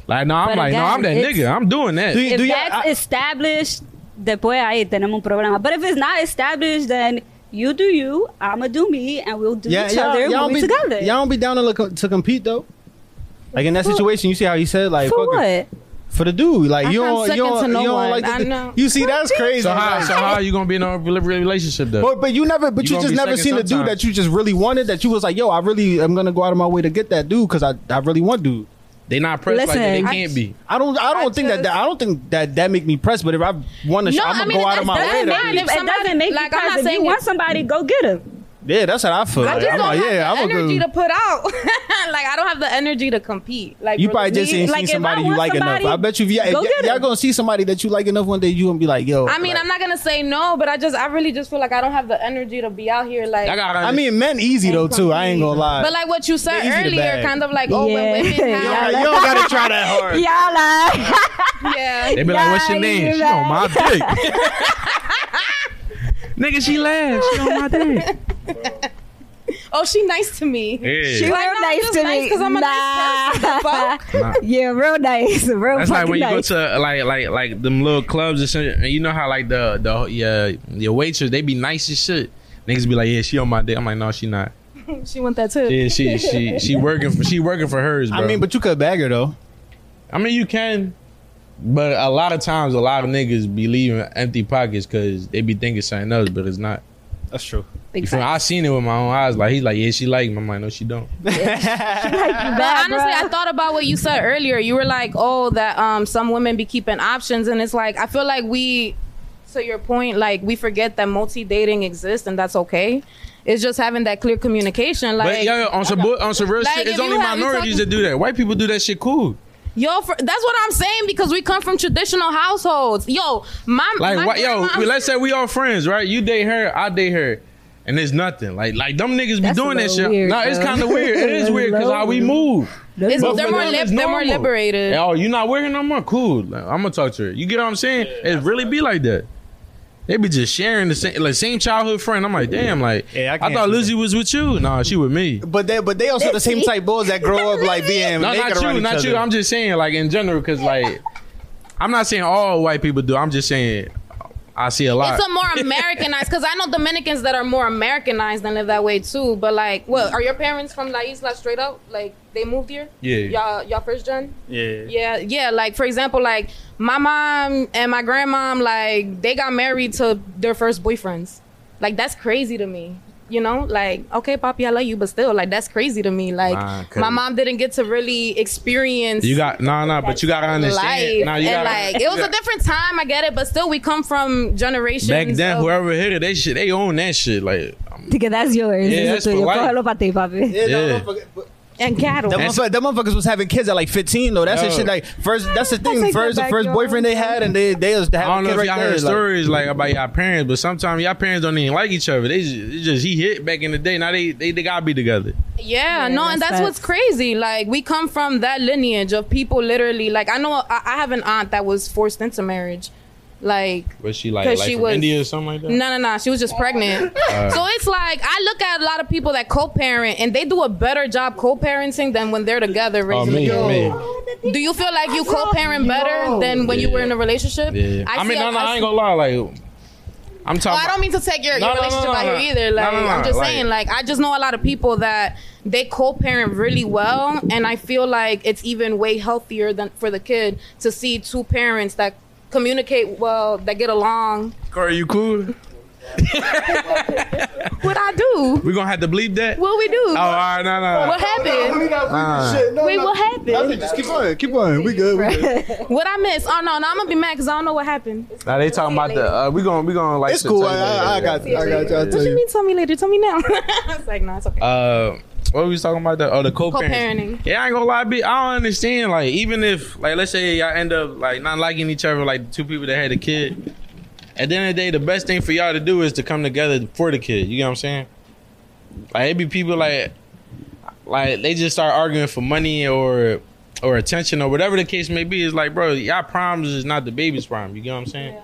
Speaker 1: Like no, I'm
Speaker 4: But
Speaker 1: like no,
Speaker 4: again,
Speaker 1: I'm that
Speaker 4: it's-
Speaker 1: nigga. I'm doing that.
Speaker 2: Do you-
Speaker 4: If
Speaker 2: do you-
Speaker 4: that's
Speaker 2: I-
Speaker 4: established, después ahí tenemos un problema. um But if it's not established, then you do you, I'ma do me, and we'll do each
Speaker 2: y'all-
Speaker 4: other
Speaker 2: y'all
Speaker 4: when we
Speaker 2: be,
Speaker 4: together.
Speaker 2: Y'all don't be down to look to compete though. Like in that
Speaker 4: For-
Speaker 2: situation, you see how he said like
Speaker 4: For
Speaker 2: fuck it.
Speaker 4: what?
Speaker 2: for the dude. Like
Speaker 5: I
Speaker 2: you
Speaker 5: come
Speaker 2: don't you
Speaker 5: second
Speaker 2: don't,
Speaker 5: to no
Speaker 2: you don't
Speaker 5: one.
Speaker 2: like
Speaker 5: I
Speaker 2: the-
Speaker 5: know.
Speaker 2: you see that's crazy.
Speaker 1: so how
Speaker 2: like-
Speaker 1: so how you gonna be in a rela- relationship though?
Speaker 2: But but you never but
Speaker 1: You
Speaker 2: you,
Speaker 1: gonna
Speaker 2: just
Speaker 1: be
Speaker 2: never
Speaker 1: second
Speaker 2: seen the dude
Speaker 1: sometimes.
Speaker 2: that you just really wanted that you was like yo I really am gonna go out of my way to get that dude because I I really want dude.
Speaker 1: they not pressed like that. They
Speaker 4: Listen,
Speaker 1: can't be.
Speaker 2: I don't. I don't
Speaker 5: I
Speaker 2: think that,
Speaker 5: just-
Speaker 2: that. I don't think that that make me press. But if I want to,
Speaker 5: No,
Speaker 2: I'm gonna
Speaker 5: I mean,
Speaker 2: go out of
Speaker 5: that's-
Speaker 2: my
Speaker 5: that's
Speaker 2: way.
Speaker 5: fine.
Speaker 2: to-
Speaker 5: If
Speaker 4: it
Speaker 5: somebody-
Speaker 4: doesn't make
Speaker 5: like,
Speaker 4: you
Speaker 5: I'm not
Speaker 4: proud. If
Speaker 5: saying
Speaker 4: you
Speaker 5: it-
Speaker 4: want somebody, go get him.
Speaker 2: Yeah, that's how I feel.
Speaker 5: I
Speaker 2: Like,
Speaker 5: just
Speaker 2: I'm
Speaker 5: don't
Speaker 2: like,
Speaker 5: have
Speaker 2: yeah,
Speaker 5: the
Speaker 2: I'm gonna
Speaker 5: energy
Speaker 2: go.
Speaker 5: to put out. [laughs] like I don't have the energy to compete. Like
Speaker 2: You probably
Speaker 5: really.
Speaker 2: just ain't
Speaker 4: like,
Speaker 2: seen
Speaker 4: if I
Speaker 2: somebody you
Speaker 4: want
Speaker 2: like enough.
Speaker 4: somebody,
Speaker 2: I bet you, if y'all, if
Speaker 4: go
Speaker 2: y'all-
Speaker 4: get 'em.
Speaker 2: y'all gonna see somebody that you like enough one day, you gonna be like, yo.
Speaker 5: I mean,
Speaker 2: like-
Speaker 5: I'm not gonna say no, but I just I really just feel like I don't have the energy to be out here like.
Speaker 1: I got.
Speaker 2: I mean, men easy though too. I ain't gonna lie.
Speaker 5: but like what you said
Speaker 2: They're easy to
Speaker 5: earlier,
Speaker 2: bag.
Speaker 5: kind of like oh,
Speaker 4: Yeah.
Speaker 5: when women
Speaker 4: Yeah,
Speaker 5: have,
Speaker 2: you don't gotta try that hard.
Speaker 4: Y'all like,
Speaker 5: yeah,
Speaker 1: They be like, "What's your
Speaker 4: Yeah,
Speaker 1: name?"
Speaker 4: you
Speaker 1: She on my dick. Nigga, she laughs. She on my
Speaker 4: [laughs]
Speaker 1: dick.
Speaker 5: oh, she nice to me.
Speaker 4: she
Speaker 1: Yeah.
Speaker 4: real
Speaker 5: Like, no, I'm
Speaker 4: nice
Speaker 5: just
Speaker 4: to
Speaker 5: nice
Speaker 4: me.
Speaker 5: 'cause I'm a
Speaker 4: nah.
Speaker 5: nice person. The
Speaker 4: [laughs] yeah, real nice. Real
Speaker 1: That's like
Speaker 4: fucking
Speaker 1: when you go
Speaker 4: nice.
Speaker 1: to uh, like like like them little clubs and shit. And you know how like the the yeah your waitress they be nice as shit. Niggas be like, "Yeah, she on my dick." I'm like, "No, she not."
Speaker 5: She want that too.
Speaker 1: Yeah, she she she working for she working for hers, bro.
Speaker 2: I mean, but you could bag her though.
Speaker 1: I mean, you can, but a lot of times, a lot of niggas be leaving empty pockets because they be thinking something else, but it's not.
Speaker 2: That's true.
Speaker 4: Big
Speaker 1: You feel me?
Speaker 4: fact.
Speaker 1: I seen it with my own eyes. Like he's like, yeah, she like me. I'm like, no, she don't.
Speaker 5: But honestly, I thought about what you said earlier. You were like, "Oh, that um, some women be keeping options," and it's like I feel like we, to your point, like we forget that multi dating exists, and that's okay. It's just having that clear communication. Like,
Speaker 1: but yeah, yeah, on some bu- on some real
Speaker 5: Like,
Speaker 1: shit,
Speaker 5: if
Speaker 1: it's
Speaker 5: you
Speaker 1: only
Speaker 5: have- you
Speaker 1: minorities
Speaker 5: talking-
Speaker 1: that do that. White people do that shit cool.
Speaker 5: Yo, for, that's what I'm saying because we come from traditional households. Yo, my
Speaker 1: Like,
Speaker 5: my
Speaker 1: why, yo,
Speaker 5: grandma-
Speaker 1: let's say we all friends, right? You date her, I date her, and it's nothing. Like, like them niggas be
Speaker 4: That's a
Speaker 1: doing that
Speaker 4: little
Speaker 1: shit.
Speaker 4: weird,
Speaker 1: no, it's
Speaker 4: though.
Speaker 1: kind of weird. It
Speaker 5: [laughs]
Speaker 1: is
Speaker 4: That's
Speaker 1: weird because how we
Speaker 4: low.
Speaker 1: move.
Speaker 5: It's-
Speaker 1: But
Speaker 5: they're
Speaker 1: for
Speaker 5: more
Speaker 1: them,
Speaker 5: lib-
Speaker 1: it's
Speaker 5: they're more
Speaker 1: normal.
Speaker 5: liberated.
Speaker 1: Oh, you're not working no more? Cool. I'm gonna talk to her. You get what I'm saying? it really be like that. They be just sharing the same, like same childhood friend. I'm like, damn, like
Speaker 2: Yeah, I
Speaker 1: I,
Speaker 2: can't
Speaker 1: thought
Speaker 2: do
Speaker 1: Lizzie was with you. Nah, she with me.
Speaker 6: But they but they also the same type boys that grow up like being
Speaker 1: No,
Speaker 6: naked around
Speaker 1: not you,
Speaker 6: each
Speaker 1: not
Speaker 6: other.
Speaker 1: you. I'm just saying, like in general, because like I'm not saying all white people do. I'm just saying I see a lot.
Speaker 5: It's a more Americanized because I know Dominicans that are more Americanized and live that way too. But like, what are your parents from La Isla straight up? Like they moved here?
Speaker 1: Yeah.
Speaker 5: Y'all, y'all first gen?
Speaker 2: Yeah.
Speaker 5: Yeah, yeah. Like for example, like my mom and my grandmom, like they got married to their first boyfriends. Like that's crazy to me. You know, like okay, Papi, I love you, but still, like that's crazy to me. Like
Speaker 1: Nah, 'cause-
Speaker 5: my mom didn't get to really experience
Speaker 1: you got nah, nah, but you gotta understand.
Speaker 5: life,
Speaker 1: Nah, you
Speaker 5: and
Speaker 1: gotta,
Speaker 5: like it was a different time. I get it, but still, we come from
Speaker 1: [laughs]
Speaker 5: generations.
Speaker 1: back then.
Speaker 5: of-
Speaker 1: Whoever hit it, they shit, they own that shit. Like I'm-
Speaker 4: Nigga, that's yours.
Speaker 1: Yeah,
Speaker 4: Eso
Speaker 1: that's
Speaker 4: tuyo.
Speaker 1: for life.
Speaker 4: Cógelo pa' ti, papi.
Speaker 6: Yeah, no,
Speaker 1: Yeah.
Speaker 6: don't forget- but-
Speaker 4: And cattle.
Speaker 6: That
Speaker 1: That's-
Speaker 6: motherfucker, that motherfuckers was having kids at like 15 though. That's the
Speaker 1: Yo.
Speaker 6: shit. Like first, that's the thing.
Speaker 4: take that
Speaker 6: first, the
Speaker 4: back,
Speaker 6: first
Speaker 4: yo.
Speaker 6: boyfriend they had, and they they was
Speaker 1: I don't
Speaker 6: having a
Speaker 1: know
Speaker 6: kid
Speaker 1: if
Speaker 6: right
Speaker 1: y'all
Speaker 6: there.
Speaker 1: heard
Speaker 6: like-
Speaker 1: stories like about y'all parents, but sometimes y'all parents don't even like each other. They just, it just he hit back in the day. Now they they, they gotta be together.
Speaker 4: Yeah,
Speaker 5: Yeah, no, and
Speaker 4: that's
Speaker 5: that's what's
Speaker 4: facts.
Speaker 5: crazy. Like we come from that lineage of people. Literally, like I know I, I have an aunt that was forced into marriage. Like
Speaker 1: Was she like,
Speaker 5: 'Cause
Speaker 1: like
Speaker 5: she
Speaker 1: from
Speaker 5: was-
Speaker 1: India or something like that?
Speaker 5: no, no, no, she was just
Speaker 1: [laughs]
Speaker 5: pregnant. so it's like I look at a lot of people that co-parent, and they do a better job co-parenting than when they're together.
Speaker 1: Oh,
Speaker 5: raising
Speaker 1: me,
Speaker 5: kids.
Speaker 1: me.
Speaker 5: Do you feel like you co-parent better than when you were in a relationship?
Speaker 1: Yeah. I, mean,
Speaker 5: see-
Speaker 1: no, no, I
Speaker 5: see-
Speaker 1: ain't gonna lie. Like, I'm talking.
Speaker 5: Well, I
Speaker 1: about-
Speaker 5: don't mean to take your,
Speaker 1: No,
Speaker 5: your
Speaker 1: no, no,
Speaker 5: relationship
Speaker 1: no,
Speaker 5: out
Speaker 1: no.
Speaker 5: here either. Like
Speaker 1: No, no, no,
Speaker 5: I'm just
Speaker 1: like-
Speaker 5: saying, like I just know a lot of people that they co-parent really well, and I feel like it's even way healthier than for the kid to see two parents that communicate well, that get along.
Speaker 1: Corey, you cool?
Speaker 5: What I do?
Speaker 1: We gonna have to bleep that?
Speaker 5: What we do?
Speaker 1: Oh, all right, no, no.
Speaker 5: what happened? Wait, what happened?
Speaker 6: Just keep on, keep on. We good. We good.
Speaker 5: What I missed? Oh no, no, I'm gonna be mad because I don't know what happened.
Speaker 1: Now they talking about the. Uh, we gonna we gonna like.
Speaker 6: It's cool. I, I, I got, I got y'all.
Speaker 5: What
Speaker 6: Tell
Speaker 5: you
Speaker 6: you.
Speaker 5: mean? Tell me later. Tell me now. [laughs] It's like no, it's okay.
Speaker 1: Uh, what we was talking about? The oh, the co-parenting.
Speaker 5: Co-parenting.
Speaker 1: Yeah, I ain't gonna lie, B. I don't understand. Like, even if like, let's say y'all end up like not liking each other, like two people that had a kid. At the end of the day, the best thing for y'all to do is to come together for the kid. You know what I'm saying? Like, it be people like, like they just start arguing for money or or attention or whatever the case may be. It's like, bro, y'all problems is not the baby's problem. You know what I'm saying?
Speaker 5: Yeah.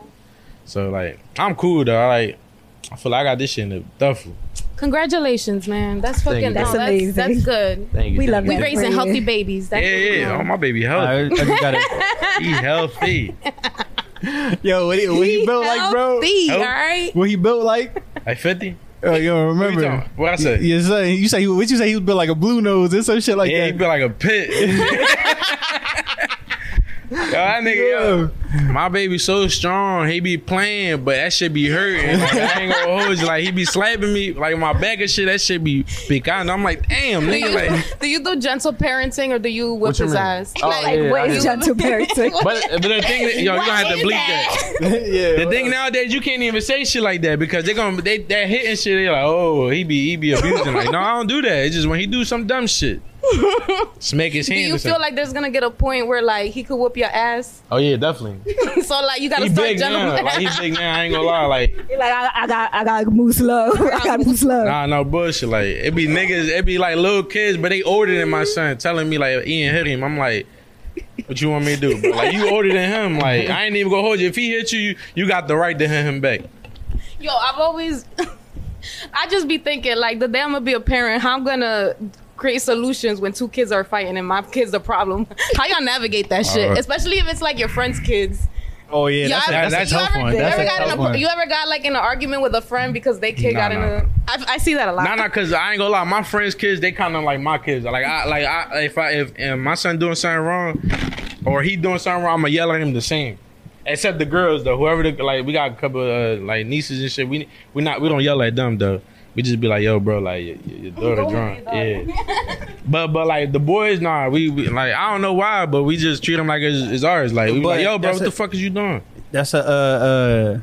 Speaker 1: So like, I'm cool though. I like, I feel like I got this shit in the duffel.
Speaker 5: Congratulations, man. That's fucking.
Speaker 1: you.
Speaker 5: no,
Speaker 1: That's
Speaker 5: that's,
Speaker 4: amazing.
Speaker 5: That's good.
Speaker 1: Thank you.
Speaker 4: We love
Speaker 5: We
Speaker 4: Good for
Speaker 5: raising
Speaker 4: you.
Speaker 5: healthy babies. That's
Speaker 1: Yeah, yeah. Oh, my baby healthy.
Speaker 5: [laughs]
Speaker 1: He
Speaker 4: [laughs]
Speaker 1: healthy.
Speaker 6: Yo, what he, what he built like, bro?
Speaker 5: Healthy,
Speaker 1: Nope.
Speaker 5: all right.
Speaker 6: What he built like?
Speaker 1: Like fifty.
Speaker 6: Oh, you don't
Speaker 1: What you talking
Speaker 6: remember?
Speaker 1: about? What I said? Yeah,
Speaker 6: Yes, sir. You say he- what you say? He was built like a blue nose and some shit like
Speaker 1: he
Speaker 6: that.
Speaker 1: be like a pit. [laughs] yo, that nigga,
Speaker 2: [laughs]
Speaker 1: yo, my baby so strong. He be playing, but that shit be hurting. Like, I ain't gonna hold you. Like he be slapping me, like my back and shit. That shit be picante. I'm like, damn,
Speaker 5: Do you,
Speaker 1: nigga. Like,
Speaker 5: [laughs] do you do gentle parenting or do you whip
Speaker 1: What you
Speaker 5: his
Speaker 1: mean?
Speaker 5: ass?
Speaker 1: Oh,
Speaker 5: like,
Speaker 1: yeah, I
Speaker 4: What
Speaker 1: hear
Speaker 4: is
Speaker 1: you.
Speaker 4: gentle [laughs] parenting?
Speaker 1: but, but the thing, that, yo, you gonna have to
Speaker 5: is
Speaker 1: bleep
Speaker 5: that?
Speaker 1: that.
Speaker 6: yeah.
Speaker 1: The thing nowadays, you can't even say shit like that because they're gonna they that hitting shit. They're like, oh, he be he be abusing. like, no, I don't do that. It's just when he do some dumb shit,
Speaker 5: [laughs]
Speaker 1: smack his
Speaker 5: [laughs] do
Speaker 1: hand.
Speaker 5: you
Speaker 1: or
Speaker 5: feel
Speaker 1: something.
Speaker 5: like there's gonna get a point where like he could whoop your ass? [laughs]
Speaker 1: Oh yeah, definitely.
Speaker 5: so like you gotta
Speaker 1: He
Speaker 5: start
Speaker 1: big now.
Speaker 5: gentle.
Speaker 1: Like he big now. I ain't gonna lie. Like
Speaker 4: You're like, I, I got, I got to move slow. [laughs] I got to move slow.
Speaker 1: nah, no bullshit. Like it be niggas. It be like little kids, but they older than my son, telling me like Ian hit him. I'm like. What you want me to do? But like you older than him, like I ain't even gonna hold you. If he hit you, you, you got the right to hit him back.
Speaker 5: [laughs] Yo, I've always, [laughs] I just be thinking like the day I'm gonna be a parent, how I'm gonna create solutions when two kids are fighting and my kid's the problem. [laughs] how y'all navigate that shit,
Speaker 1: right.
Speaker 5: especially if it's like your friend's kids.
Speaker 2: Oh yeah,
Speaker 5: Yeah,
Speaker 2: that's, a,
Speaker 5: I-
Speaker 2: that's,
Speaker 1: that's
Speaker 2: a
Speaker 5: you
Speaker 2: tough
Speaker 5: ever,
Speaker 2: one.
Speaker 5: You
Speaker 2: That's
Speaker 5: ever,
Speaker 2: a
Speaker 5: got in
Speaker 2: tough
Speaker 5: a-
Speaker 2: one.
Speaker 5: you ever got like in an argument with a friend because they kid
Speaker 1: Nah,
Speaker 5: got in
Speaker 1: nah.
Speaker 5: a? I, I see that a lot.
Speaker 1: Nah, nah, cause I ain't gonna lie. My friends' kids, they kind of like my kids. Like I, like I, if I, if, and my son doing something wrong, or he doing something wrong, I'ma yell at him the same. Except the girls though. Whoever the like, we got a couple uh, like nieces and shit. We we not we don't yell at them though. We just be like, yo, bro, like your, your- your daughter drunk, yeah. but but like the boys, nah, we, we like I don't know why, but we just treat them like it's, it's ours. Like we be
Speaker 2: But
Speaker 1: like, yo, bro,
Speaker 2: that's
Speaker 1: what the
Speaker 2: it.
Speaker 1: fuck is you doing?
Speaker 2: That's a uh uh.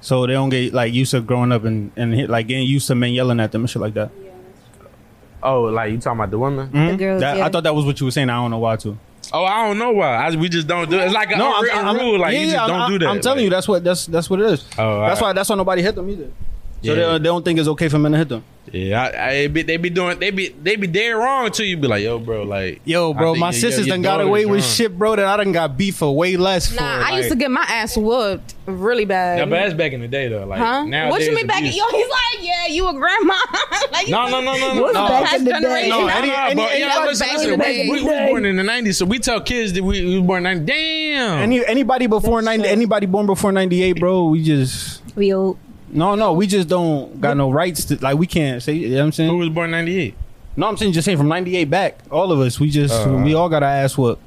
Speaker 2: So they don't get like used to growing up and and hit, like getting used to men yelling at them and shit like that.
Speaker 1: Oh, like you talking about the woman?
Speaker 2: Mhm.
Speaker 4: girls,
Speaker 2: That-
Speaker 4: yeah.
Speaker 2: I thought that was what you were saying. I don't know why too.
Speaker 1: Oh, I don't know why. I, we just don't do it. It's like a
Speaker 2: I'm-
Speaker 1: unwritten
Speaker 2: I'm-
Speaker 1: rule. Like
Speaker 2: yeah,
Speaker 1: you just
Speaker 2: yeah,
Speaker 1: don't
Speaker 2: I'm,
Speaker 1: do that.
Speaker 2: I'm telling you, that's what that's that's what it is.
Speaker 1: Oh,
Speaker 2: that's
Speaker 1: alright.
Speaker 2: why that's why nobody hit them either. So they,
Speaker 1: Yeah.
Speaker 2: don't- they don't think it's okay for men to hit them.
Speaker 1: Yeah, I, I be, they be doing they be they be dead wrong to you. Be like, yo, bro, like
Speaker 2: Yo,
Speaker 1: I
Speaker 2: bro,
Speaker 1: think
Speaker 2: my
Speaker 1: your-
Speaker 2: sisters
Speaker 1: your
Speaker 2: done got
Speaker 1: daughter's
Speaker 2: away with
Speaker 1: drunk.
Speaker 2: shit, bro. That I done got beat for way less. for,
Speaker 5: Nah, I
Speaker 2: like-
Speaker 5: used to get my ass whooped really bad.
Speaker 1: Yeah, but that's back in the day though. Like
Speaker 5: Huh?
Speaker 1: now,
Speaker 5: what you mean back? Yo, he's like, yeah, you a grandma. [laughs] like, you
Speaker 1: No, no, no, no, no.
Speaker 3: What's
Speaker 1: no.
Speaker 3: back in the day?
Speaker 1: No,
Speaker 5: No,
Speaker 1: any,
Speaker 2: any-
Speaker 1: but,
Speaker 2: any-
Speaker 1: yeah,
Speaker 5: anybody
Speaker 1: listen,
Speaker 5: back in
Speaker 1: listen,
Speaker 5: the day.
Speaker 1: we, we were born in the nineties, so we tell kids that we, we were born in damn.
Speaker 2: Any anybody before ninety, anybody born before ninety eight, bro. We just
Speaker 4: we old.
Speaker 2: no, no. We just don't got no rights. To, like we can't say. You know what I'm
Speaker 1: Who
Speaker 2: saying?
Speaker 1: was born ninety eight?
Speaker 2: No, I'm saying just saying from ninety eight back. All of us, we just
Speaker 1: Uh,
Speaker 2: we all got our ass whooped.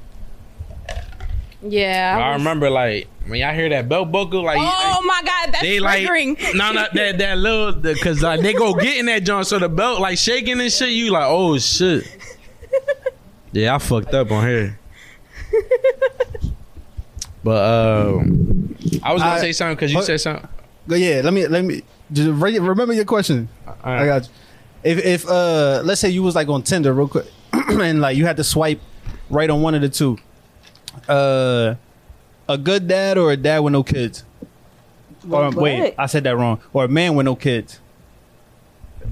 Speaker 5: Yeah.
Speaker 1: I
Speaker 5: was-
Speaker 1: remember like when y'all hear that belt buckle, like
Speaker 5: Oh my God, that's
Speaker 1: they like
Speaker 5: triggering.
Speaker 1: no, no, that that little because like they go get in that joint, so the belt like shaking and shit. You like, oh shit. Yeah, I fucked up on here. But um, I was gonna
Speaker 2: I-
Speaker 1: say something because you
Speaker 2: Hold-
Speaker 1: said something.
Speaker 2: But yeah, let me let me just re- remember your question. I got you. If if uh let's say you was like on Tinder real quick [clears throat] and like you had to swipe right on one of the two. Uh a good dad or a dad with no kids? Or
Speaker 4: What?
Speaker 2: wait, I said that wrong. Or a man with no kids.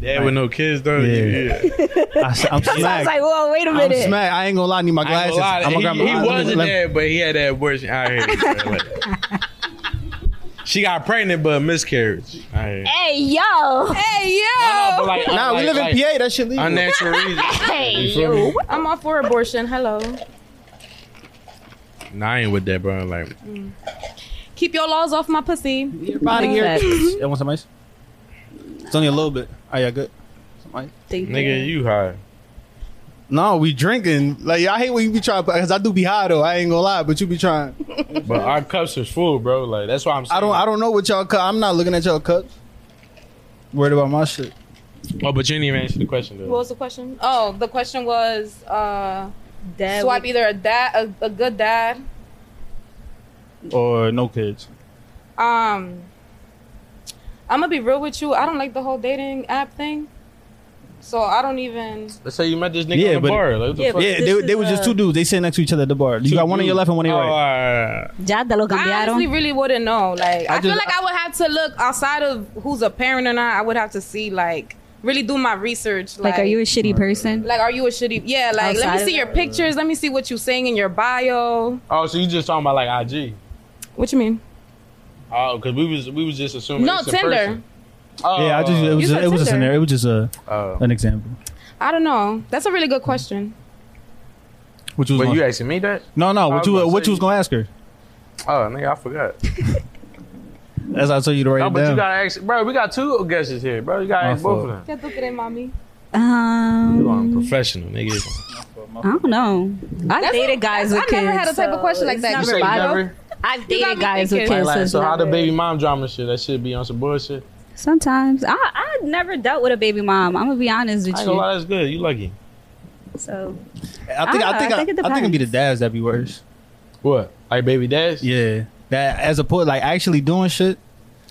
Speaker 1: Dad with no kids though.
Speaker 2: Yeah. I,
Speaker 4: [laughs]
Speaker 2: am
Speaker 4: So I was
Speaker 2: smacked.
Speaker 4: like, whoa, wait a
Speaker 2: I'm
Speaker 4: minute.
Speaker 2: smacked. I ain't gonna lie, I need my
Speaker 1: I ain't
Speaker 2: glasses.
Speaker 1: gonna lie,
Speaker 2: I'm gonna grab
Speaker 1: he,
Speaker 2: my
Speaker 1: he
Speaker 2: let me-
Speaker 1: wasn't
Speaker 2: let me-
Speaker 1: there, but he had that abortion out here. bro, like- she got pregnant, but miscarriage. Out here.
Speaker 3: Hey, yo.
Speaker 5: [laughs] Hey, yo.
Speaker 1: No, no, but like,
Speaker 2: Nah,
Speaker 1: like,
Speaker 2: we live
Speaker 1: like,
Speaker 2: in PA. That shit legal.
Speaker 1: Unnatural reason.
Speaker 3: Hey,
Speaker 1: You feel me?
Speaker 3: yo.
Speaker 5: I'm all for abortion. Hello.
Speaker 1: Nah, I ain't with that, bro. Like,
Speaker 5: Keep your laws off my pussy.
Speaker 2: out of here.
Speaker 4: Facts.
Speaker 2: you want some ice? It's only a little bit. Are you good?
Speaker 4: Thank
Speaker 1: nigga, you high.
Speaker 2: No, we drinking. Like I hate when you be trying because I do be high though. I ain't gonna lie, but you be trying.
Speaker 1: But our cups is full, bro. Like that's why I'm. Saying.
Speaker 2: I don't. I don't know what y'all. Cu- I'm not looking at y'all cups. Worried about my shit.
Speaker 1: Oh, but you didn't even answer the question though.
Speaker 5: What was the question? Oh, the question was uh,
Speaker 4: Dad
Speaker 5: swipe
Speaker 4: with-
Speaker 5: either a dad, a, a good dad.
Speaker 2: Or no kids.
Speaker 5: Um, I'm gonna be real with you. I don't like the whole dating app thing. So I don't even.
Speaker 1: Let's say you met this nigga
Speaker 2: Yeah,
Speaker 1: on the
Speaker 2: but-
Speaker 1: bar. Like, what the
Speaker 4: Yeah,
Speaker 1: fuck?
Speaker 4: but-
Speaker 2: Yeah,
Speaker 4: This
Speaker 2: they,
Speaker 4: is,
Speaker 2: they were just
Speaker 4: uh,
Speaker 2: two dudes. They sitting next to each other at the bar. You got one on your left and one on
Speaker 1: Oh,
Speaker 2: your right.
Speaker 1: alright.
Speaker 4: Ya te lo
Speaker 5: I honestly
Speaker 4: cambiaron.
Speaker 5: really wouldn't know. Like, I, feel
Speaker 2: just-
Speaker 5: like I would have to look outside of who's a parent or not. I would have to see, like, really do my research. Like,
Speaker 4: Like, are you a shitty person?
Speaker 5: like, are you a shitty? Yeah, like, let
Speaker 4: Outside
Speaker 5: me
Speaker 4: of
Speaker 5: see your pictures. Let me see what you saying in your bio.
Speaker 1: oh, so you just talking about like IG?
Speaker 5: What you mean?
Speaker 1: Oh, because we was we was just assuming.
Speaker 5: No,
Speaker 1: it's a
Speaker 5: Tinder.
Speaker 1: person. Oh,
Speaker 2: Yeah, I just it was
Speaker 5: said
Speaker 2: it was a
Speaker 5: Tinder.
Speaker 2: scenario. It was just a
Speaker 1: Oh.
Speaker 2: an example.
Speaker 5: I don't know. That's a really good question.
Speaker 2: Which was
Speaker 1: Wait,
Speaker 2: one-
Speaker 1: you asking me that?
Speaker 2: no no. What
Speaker 1: was
Speaker 2: you
Speaker 1: gonna
Speaker 2: what
Speaker 1: say-
Speaker 2: you was gonna ask her?
Speaker 1: Oh, nigga, I forgot.
Speaker 2: As I told you to write
Speaker 1: Oh,
Speaker 2: it
Speaker 1: but you
Speaker 2: down.
Speaker 1: gotta ask, bro. We got two guesses here, bro. You gotta
Speaker 2: My
Speaker 1: ask both
Speaker 2: fault.
Speaker 1: of them.
Speaker 5: mommy.
Speaker 1: You
Speaker 2: Oh,
Speaker 4: Um,
Speaker 1: are professional, nigga.
Speaker 4: I don't know. I
Speaker 5: That's
Speaker 4: dated
Speaker 5: not-
Speaker 4: guys with
Speaker 5: that's-
Speaker 4: kids.
Speaker 5: I never had a type of question like
Speaker 4: it's
Speaker 5: that.
Speaker 4: not
Speaker 5: You
Speaker 1: say you
Speaker 4: vital.
Speaker 1: never?
Speaker 4: I've
Speaker 5: got
Speaker 4: dated
Speaker 5: me
Speaker 4: guys with
Speaker 5: thinking.
Speaker 4: kids.
Speaker 1: Like,
Speaker 4: so
Speaker 1: like,
Speaker 4: it's
Speaker 1: so how the
Speaker 4: never-
Speaker 1: baby mom drama shit? That shit be on some bullshit.
Speaker 4: Sometimes I I never dealt with a baby mom. I'm gonna be honest
Speaker 1: I
Speaker 4: with
Speaker 1: ain't gonna
Speaker 4: you.
Speaker 1: lie, that's good. You lucky.
Speaker 4: So
Speaker 2: I think
Speaker 4: I
Speaker 2: I
Speaker 4: don't know,
Speaker 2: think
Speaker 4: I
Speaker 2: I, I
Speaker 4: think it
Speaker 2: think it'd be the
Speaker 4: depends.
Speaker 2: dads that'd be worse.
Speaker 1: What? Like baby dads?
Speaker 2: Yeah, that as opposed like actually doing shit.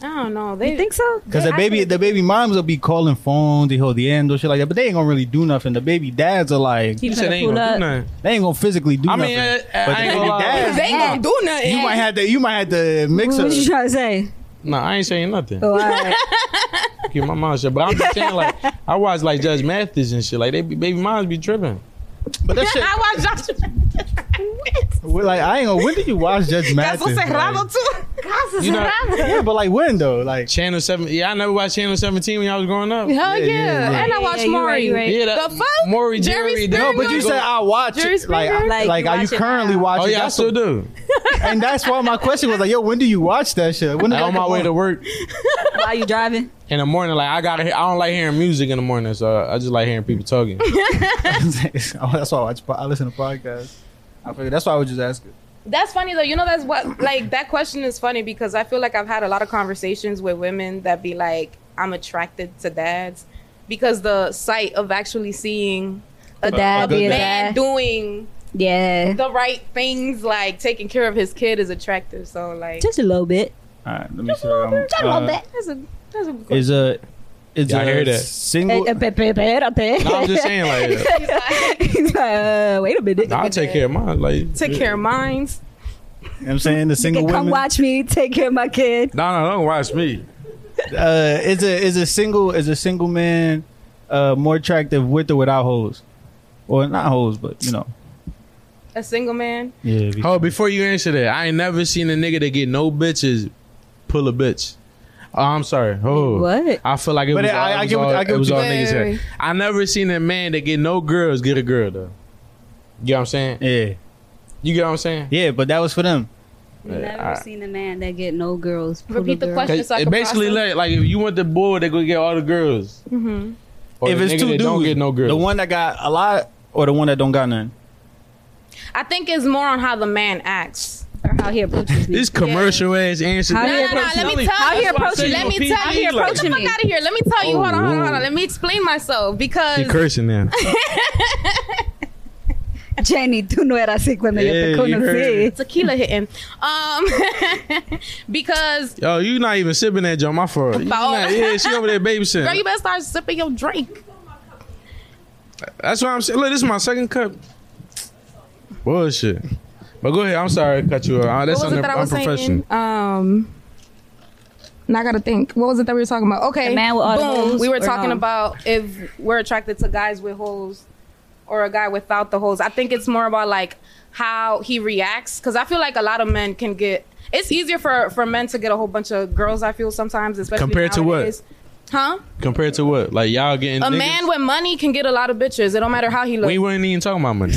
Speaker 5: I don't know. They
Speaker 4: you think so?
Speaker 2: Cause the
Speaker 4: I
Speaker 2: baby,
Speaker 4: think-
Speaker 2: the baby moms will be calling phones, they hold the end or shit like that, but they ain't gonna really do nothing. The baby dads are like,
Speaker 4: He
Speaker 1: You said
Speaker 4: finna
Speaker 1: they ain't
Speaker 4: pull
Speaker 1: gonna do
Speaker 4: up.
Speaker 1: nothing.
Speaker 2: they ain't gonna physically do
Speaker 1: I
Speaker 2: nothing.
Speaker 1: mean, uh, eh. I, I,
Speaker 2: But
Speaker 1: I ain't
Speaker 2: the
Speaker 1: gonna
Speaker 2: baby
Speaker 1: lie.
Speaker 2: dads,
Speaker 5: they ain't gonna do nothing.
Speaker 2: you might have to, you might have to mix
Speaker 4: What [laughs]
Speaker 2: up.
Speaker 4: was you trying to say?
Speaker 1: No, I ain't saying nothing.
Speaker 4: Oh, all
Speaker 5: [laughs]
Speaker 4: right.
Speaker 1: Keep my mouth shut. But I'm just saying, like, I watch like Judge Mathis and shit. Like, they be, baby moms be tripping.
Speaker 2: But that shit,
Speaker 5: [laughs] I watched [laughs] Josh.
Speaker 2: we're like, I ain't gonna. When did you watch Judge Mathis?
Speaker 5: That's what's
Speaker 2: Like,
Speaker 5: too.
Speaker 1: You know,
Speaker 4: [laughs]
Speaker 2: yeah, but like when though? Like,
Speaker 1: Channel Seven. Yeah, I never watched Channel Seventeen when I was growing up.
Speaker 5: Hell
Speaker 2: yeah,
Speaker 5: yeah,
Speaker 2: yeah.
Speaker 5: And
Speaker 4: Yeah,
Speaker 5: I watched
Speaker 4: yeah, you
Speaker 5: Maury.
Speaker 4: right, you right.
Speaker 1: Yeah, that,
Speaker 5: The fuck?
Speaker 1: Maury
Speaker 5: Jerry
Speaker 1: Jerry.
Speaker 5: Springer?
Speaker 1: that-
Speaker 2: no, but you
Speaker 5: Go-
Speaker 2: said I watch
Speaker 5: Jerry
Speaker 2: it. Like,
Speaker 5: Springer?
Speaker 2: like,
Speaker 4: Like, you
Speaker 2: are you
Speaker 4: watch it
Speaker 2: currently
Speaker 4: now.
Speaker 2: watching?
Speaker 1: Oh yeah, I
Speaker 2: that's
Speaker 1: still do.
Speaker 2: [laughs] and that's why my question was like, yo, when do you watch that shit? When
Speaker 1: Like,
Speaker 2: did that
Speaker 1: on my
Speaker 2: come
Speaker 1: way
Speaker 2: on? [laughs]
Speaker 1: to work
Speaker 4: While you driving,
Speaker 1: in the morning, like I gotta. Hear, I don't like hearing music in the morning, so I just like hearing people talking.
Speaker 2: oh, that's why I watch. I listen to podcasts. I figured that's why I was just asking.
Speaker 5: That's funny though. You know, that's what like that question is funny because I feel like I've had a lot of conversations with women that be like, I'm attracted to dads because the sight of actually seeing a,
Speaker 4: dad
Speaker 5: a
Speaker 4: be a
Speaker 5: man
Speaker 4: dad.
Speaker 5: doing
Speaker 4: Yeah.
Speaker 5: the right things, like taking care of his kid, is attractive. So like,
Speaker 4: Just a little bit.
Speaker 6: All right, let me see. what
Speaker 1: um,
Speaker 6: I'm-
Speaker 4: Just a
Speaker 1: Uh,
Speaker 4: little bit.
Speaker 5: that's a that's a good [laughs]
Speaker 2: Is a is
Speaker 1: Yeah, I
Speaker 2: a
Speaker 1: hear that.
Speaker 2: single
Speaker 5: uh,
Speaker 4: Eh, eh, pe- pe- espérate.
Speaker 1: No,
Speaker 4: [laughs]
Speaker 5: [laughs]
Speaker 1: I'm just saying like uh,
Speaker 4: He's like, uh, wait a minute.
Speaker 1: I'll take care of mine. Like
Speaker 5: take care of minds.
Speaker 2: You know what I'm saying the single
Speaker 4: Come
Speaker 2: women
Speaker 4: watch me take care of my kid.
Speaker 1: No, no, don't watch me.
Speaker 2: uh, is a is a single is a single man uh, more attractive with or without hoes, or not hoes, but you know.
Speaker 5: A single man.
Speaker 2: Yeah.
Speaker 1: Oh, before you answer that, I ain't never seen a nigga that get no bitches pull a bitch. Oh, I'm sorry. Oh,
Speaker 4: What?
Speaker 1: I feel like it
Speaker 6: But
Speaker 1: was
Speaker 6: I-
Speaker 1: all,
Speaker 6: I
Speaker 1: it was
Speaker 6: get what-
Speaker 1: all,
Speaker 6: I get
Speaker 1: it
Speaker 6: what
Speaker 1: was
Speaker 6: you-
Speaker 1: all
Speaker 5: Wait,
Speaker 1: niggas
Speaker 5: wait,
Speaker 1: had.
Speaker 5: wait.
Speaker 1: I never seen a man that get no girls get a girl though. You get what I'm saying?
Speaker 2: yeah.
Speaker 1: You get what I'm saying?
Speaker 2: Yeah, but that was for them.
Speaker 4: Never
Speaker 1: I-
Speaker 4: seen a man that get no girls. pull a
Speaker 5: Repeat the
Speaker 4: girl.
Speaker 5: question.
Speaker 1: 'Cause it basically like, like if you want the boy, they go get all the girls. Mm-hmm. Or
Speaker 2: if
Speaker 1: the
Speaker 2: it's
Speaker 1: nigga
Speaker 2: two
Speaker 1: that
Speaker 2: dudes,
Speaker 1: don't get no girls.
Speaker 2: the one that got a lot or the one that don't got none.
Speaker 5: I think it's more on how the man acts.
Speaker 4: Or how he approaches me.
Speaker 1: this commercial ass answer.
Speaker 4: How
Speaker 5: No,
Speaker 4: he
Speaker 5: no, no. Let me tell you.
Speaker 4: How he approaching me.
Speaker 5: Let me Oh, tell
Speaker 4: How he
Speaker 5: you. Get the
Speaker 4: approaching
Speaker 5: fuck
Speaker 4: me.
Speaker 5: out of here. Let me tell you. Hold on, hold on, hold on. Let me explain myself
Speaker 1: He
Speaker 5: because
Speaker 1: cursing now.
Speaker 4: [laughs] Jenny, tú no eras así cuando yo
Speaker 1: Yeah,
Speaker 4: te
Speaker 1: you heard
Speaker 4: conocí.
Speaker 5: tequila hitting. Um, [laughs] because
Speaker 1: Yo, you not even sipping that, Joe. My fault. You not- yeah, she over there babysitting.
Speaker 5: girl, you better start sipping your drink.
Speaker 1: That's what I'm saying. Look, this is my second cup. Bullshit. But go ahead. I'm sorry, I cut you off. Uh, that's
Speaker 5: what was
Speaker 1: un-
Speaker 5: it that I was
Speaker 1: unprofessional.
Speaker 5: saying? Um, now I gotta think. What was it that we were talking about? Okay,
Speaker 4: The man with all the
Speaker 5: boom.
Speaker 4: holes
Speaker 5: we were
Speaker 4: or
Speaker 5: talking
Speaker 4: no?
Speaker 5: about if we're attracted to guys with holes or a guy without the holes. I think it's more about like how he reacts because I feel like a lot of men can get. It's easier for for men to get a whole bunch of girls. I feel sometimes, especially
Speaker 1: Compared to what?
Speaker 5: nowadays. Huh?
Speaker 1: Compared to what? Like y'all getting
Speaker 5: A
Speaker 1: niggas?
Speaker 5: man with money can get a lot of bitches. It don't matter how he looks.
Speaker 1: We weren't even talking about money.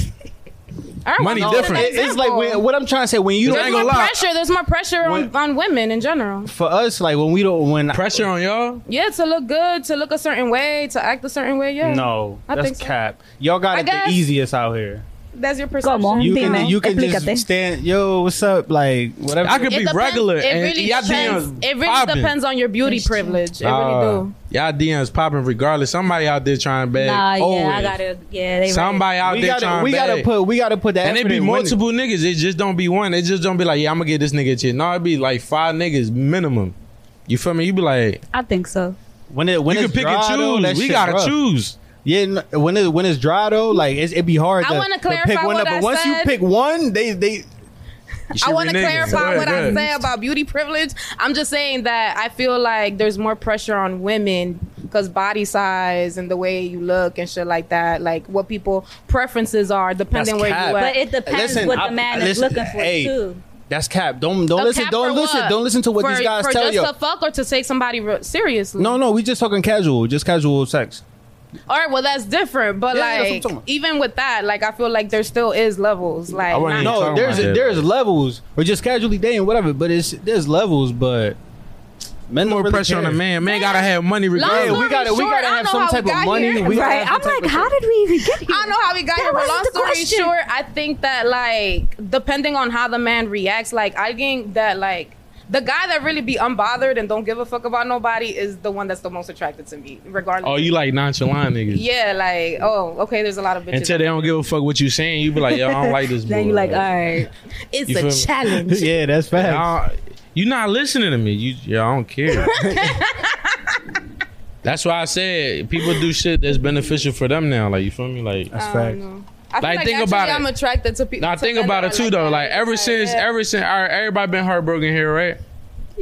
Speaker 5: All right,
Speaker 1: money
Speaker 5: well, that's an
Speaker 1: different.
Speaker 2: It- it's like
Speaker 5: example.
Speaker 2: when, what I'm trying to say when you
Speaker 1: Cause I
Speaker 5: there's
Speaker 1: ain't
Speaker 2: don't,
Speaker 5: more
Speaker 1: gonna lie.
Speaker 5: pressure. There's more pressure on,
Speaker 2: When-
Speaker 5: on women in general.
Speaker 2: for us like when we don't when
Speaker 1: Pressure on y'all.
Speaker 5: Yeah, to look good, to look a certain way, to act a certain way. Yeah.
Speaker 2: No,
Speaker 5: I
Speaker 2: that's
Speaker 5: think so.
Speaker 2: cap. Y'all got
Speaker 5: I
Speaker 2: it
Speaker 5: guess-
Speaker 2: the easiest out here.
Speaker 5: That's your perception.
Speaker 4: on,
Speaker 2: You
Speaker 4: Dime,
Speaker 2: can you can
Speaker 4: explícate.
Speaker 2: just stand. Yo, what's up? Like whatever.
Speaker 1: I could
Speaker 5: It
Speaker 1: be
Speaker 5: depends-
Speaker 1: regular.
Speaker 5: It
Speaker 1: and
Speaker 5: really
Speaker 1: y'all
Speaker 5: depends.
Speaker 1: DMs
Speaker 5: It really
Speaker 1: popping.
Speaker 5: depends on your beauty privilege. It
Speaker 1: Uh,
Speaker 5: really do.
Speaker 1: Y'all DMs popping regardless. Somebody out there trying to bag.
Speaker 4: Nah, yeah,
Speaker 1: always.
Speaker 4: I gotta. Yeah, they. right.
Speaker 1: Somebody out
Speaker 2: we
Speaker 1: there
Speaker 2: gotta
Speaker 1: trying
Speaker 2: we gotta
Speaker 1: bag.
Speaker 2: put we gotta put that.
Speaker 1: And it
Speaker 2: effort
Speaker 1: be
Speaker 2: in when it-
Speaker 1: multiple niggas. It just don't be one. It just don't be like, yeah, I'm gonna get this nigga a chance. No, it be like five niggas minimum. You feel me? You be like,
Speaker 4: I think so.
Speaker 2: When it when
Speaker 1: you can
Speaker 2: it's
Speaker 1: pick
Speaker 2: dry, though,
Speaker 1: and
Speaker 2: that
Speaker 1: choose. We
Speaker 2: shit
Speaker 1: gotta
Speaker 2: rough.
Speaker 1: choose.
Speaker 2: Yeah, no, when it when it's dry though, like it's, it be hard.
Speaker 5: I
Speaker 2: to,
Speaker 5: wanna
Speaker 2: to
Speaker 5: clarify
Speaker 2: pick one
Speaker 5: what
Speaker 2: up, but
Speaker 5: I
Speaker 2: once you
Speaker 5: said.
Speaker 2: pick one, they they
Speaker 5: I want to
Speaker 1: Shit, reneging. Go
Speaker 5: clarify
Speaker 1: ahead,
Speaker 5: what
Speaker 1: go
Speaker 5: I
Speaker 1: ahead.
Speaker 5: say about beauty privilege. I'm just saying that I feel like there's more pressure on women because body size and the way you look and shit like that, like what people preferences are depending
Speaker 2: That's
Speaker 5: where
Speaker 2: cap.
Speaker 5: you at.
Speaker 4: But it depends
Speaker 2: Listen,
Speaker 4: what the
Speaker 2: I-
Speaker 4: man is
Speaker 2: listen,
Speaker 4: looking for
Speaker 2: hey.
Speaker 4: too.
Speaker 2: that's cap. Don't don't
Speaker 5: A
Speaker 2: listen.
Speaker 5: cap
Speaker 2: Don't
Speaker 5: for
Speaker 2: listen.
Speaker 5: what?
Speaker 2: Don't listen to what
Speaker 5: For-
Speaker 2: these guys
Speaker 5: for
Speaker 2: tell
Speaker 5: just
Speaker 2: you.
Speaker 5: to fuck or to take somebody re- seriously.
Speaker 2: no, no, we just talking casual, just casual sex.
Speaker 5: All right, well that's different, but
Speaker 2: Yeah, yeah, that's what I'm
Speaker 5: like
Speaker 2: talking about.
Speaker 5: even with that, like I feel like there still is levels. Like
Speaker 1: I wouldn't
Speaker 5: not-
Speaker 1: even
Speaker 2: No,
Speaker 1: talking
Speaker 2: there's
Speaker 1: about that,
Speaker 2: there's
Speaker 1: like-
Speaker 2: levels, or just casually dating, whatever. But it's there's levels, but men don't
Speaker 1: More
Speaker 2: really
Speaker 1: pressure on
Speaker 2: care.
Speaker 1: a man. Man gotta have money
Speaker 5: Long
Speaker 1: regardless.
Speaker 2: we
Speaker 5: story
Speaker 2: gotta- we
Speaker 5: short,
Speaker 2: gotta
Speaker 5: I
Speaker 2: have
Speaker 5: know
Speaker 2: some
Speaker 5: how we
Speaker 2: type of
Speaker 5: got
Speaker 2: money.
Speaker 5: here.
Speaker 2: We gotta
Speaker 4: Right?
Speaker 2: have
Speaker 4: I'm
Speaker 2: some type
Speaker 4: like,
Speaker 2: of-
Speaker 4: how did we even get here?
Speaker 5: I know how we got
Speaker 4: That
Speaker 5: here. But
Speaker 4: wasn't
Speaker 5: long
Speaker 4: the
Speaker 5: story
Speaker 4: question.
Speaker 5: short, I think that like depending on how the man reacts, like I think that like the guy that really be unbothered and don't give a fuck about nobody is the one that's the most attracted to me, regardless.
Speaker 1: Oh, you like nonchalant niggas.
Speaker 5: yeah, like oh, okay. There's a lot of bitches.
Speaker 1: Until they don't give a fuck what you saying, you be like, yo, I don't like this.
Speaker 4: Then
Speaker 1: boy.
Speaker 4: you like, all right, it's
Speaker 1: You feel
Speaker 4: a
Speaker 1: me?
Speaker 4: challenge.
Speaker 2: [laughs] Yeah, that's
Speaker 1: I
Speaker 2: facts.
Speaker 1: don't- you not listening to me. You, yeah, I don't care. [laughs] That's why I said people do shit that's beneficial for them now. Like you feel me? Like
Speaker 2: That's
Speaker 5: I don't
Speaker 2: facts.
Speaker 5: know. I feel
Speaker 1: Like, think
Speaker 5: actually
Speaker 1: about it.
Speaker 5: I'm attracted to people.
Speaker 1: now think about it too though. Like ever since, ever since, all right, everybody been heartbroken here, right?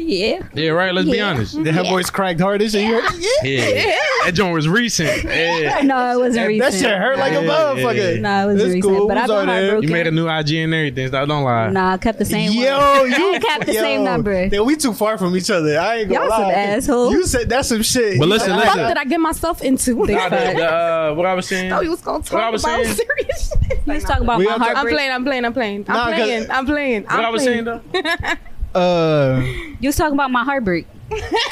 Speaker 4: Yeah.
Speaker 1: Yeah, right. Let's be
Speaker 4: Yeah.
Speaker 1: honest.
Speaker 2: [laughs] That voice cracked hard as shit. You heard it?
Speaker 1: Yeah, that joint was recent. Yeah.
Speaker 4: No, it wasn't
Speaker 2: That
Speaker 4: recent.
Speaker 2: shit hurt like a
Speaker 1: Yeah,
Speaker 2: motherfucker.
Speaker 4: No, it wasn't
Speaker 2: It's
Speaker 4: recent.
Speaker 2: cool.
Speaker 4: But
Speaker 2: We
Speaker 4: I've
Speaker 2: saw
Speaker 4: been
Speaker 2: that.
Speaker 4: heartbroken.
Speaker 1: You made a new IG and everything. So don't lie.
Speaker 4: Nah, I kept the same
Speaker 2: Yo,
Speaker 4: one.
Speaker 2: you
Speaker 4: [laughs] I kept the
Speaker 2: yo,
Speaker 4: same number.
Speaker 2: Yo, we too far from each other. I ain't gonna
Speaker 4: Y'all some
Speaker 2: lie.
Speaker 4: assholes.
Speaker 2: You said that's some shit.
Speaker 1: But
Speaker 2: You
Speaker 1: listen,
Speaker 2: said-
Speaker 1: listen.
Speaker 5: What did I get myself into?
Speaker 4: They
Speaker 5: [laughs]
Speaker 1: Nah, the-
Speaker 4: fucked.
Speaker 1: the, uh, what I was saying.
Speaker 5: thought he was gonna
Speaker 1: What I
Speaker 5: talk about
Speaker 1: was saying-
Speaker 5: serious [laughs] shit.
Speaker 4: You was talking about
Speaker 2: We
Speaker 4: my
Speaker 2: all talk-
Speaker 4: heart.
Speaker 5: I'm playing, I'm playing, I'm playing. I'm
Speaker 2: Nah, 'cause-
Speaker 5: playing, I'm playing. I'm
Speaker 1: what I was
Speaker 5: playing.
Speaker 1: saying though.
Speaker 2: Uh,
Speaker 4: You was talking about my heartbreak.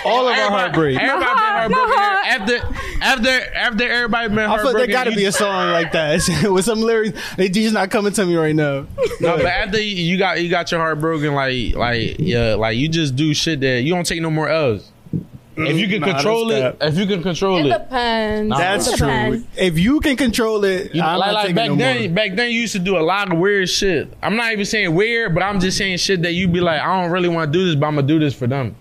Speaker 2: All of our heartbreak.
Speaker 1: Everybody been heartbroken. After, after, after everybody been
Speaker 2: I feel
Speaker 1: heartbroken.
Speaker 2: there got to
Speaker 1: you-
Speaker 2: be a song like that [laughs] with some lyrics. They just not coming to me right
Speaker 4: [laughs]
Speaker 2: now.
Speaker 1: No, but after you got you got your heart broken, like like yeah, like you just do shit that you don't take no more L's. If you can
Speaker 2: Mm, Nah,
Speaker 1: control
Speaker 2: that's
Speaker 1: it, if you can control
Speaker 5: It
Speaker 1: it,
Speaker 5: depends.
Speaker 2: That's
Speaker 4: It
Speaker 2: true.
Speaker 4: depends.
Speaker 2: If you can control it,
Speaker 1: You know,
Speaker 2: I'm
Speaker 1: like,
Speaker 2: not
Speaker 1: like
Speaker 2: taking
Speaker 1: back
Speaker 2: no
Speaker 1: then,
Speaker 2: more.
Speaker 1: back then you used to do a lot of weird shit. I'm not even saying weird, but I'm just saying shit that you be like, I don't really want to do this, but I'm gonna do this for them.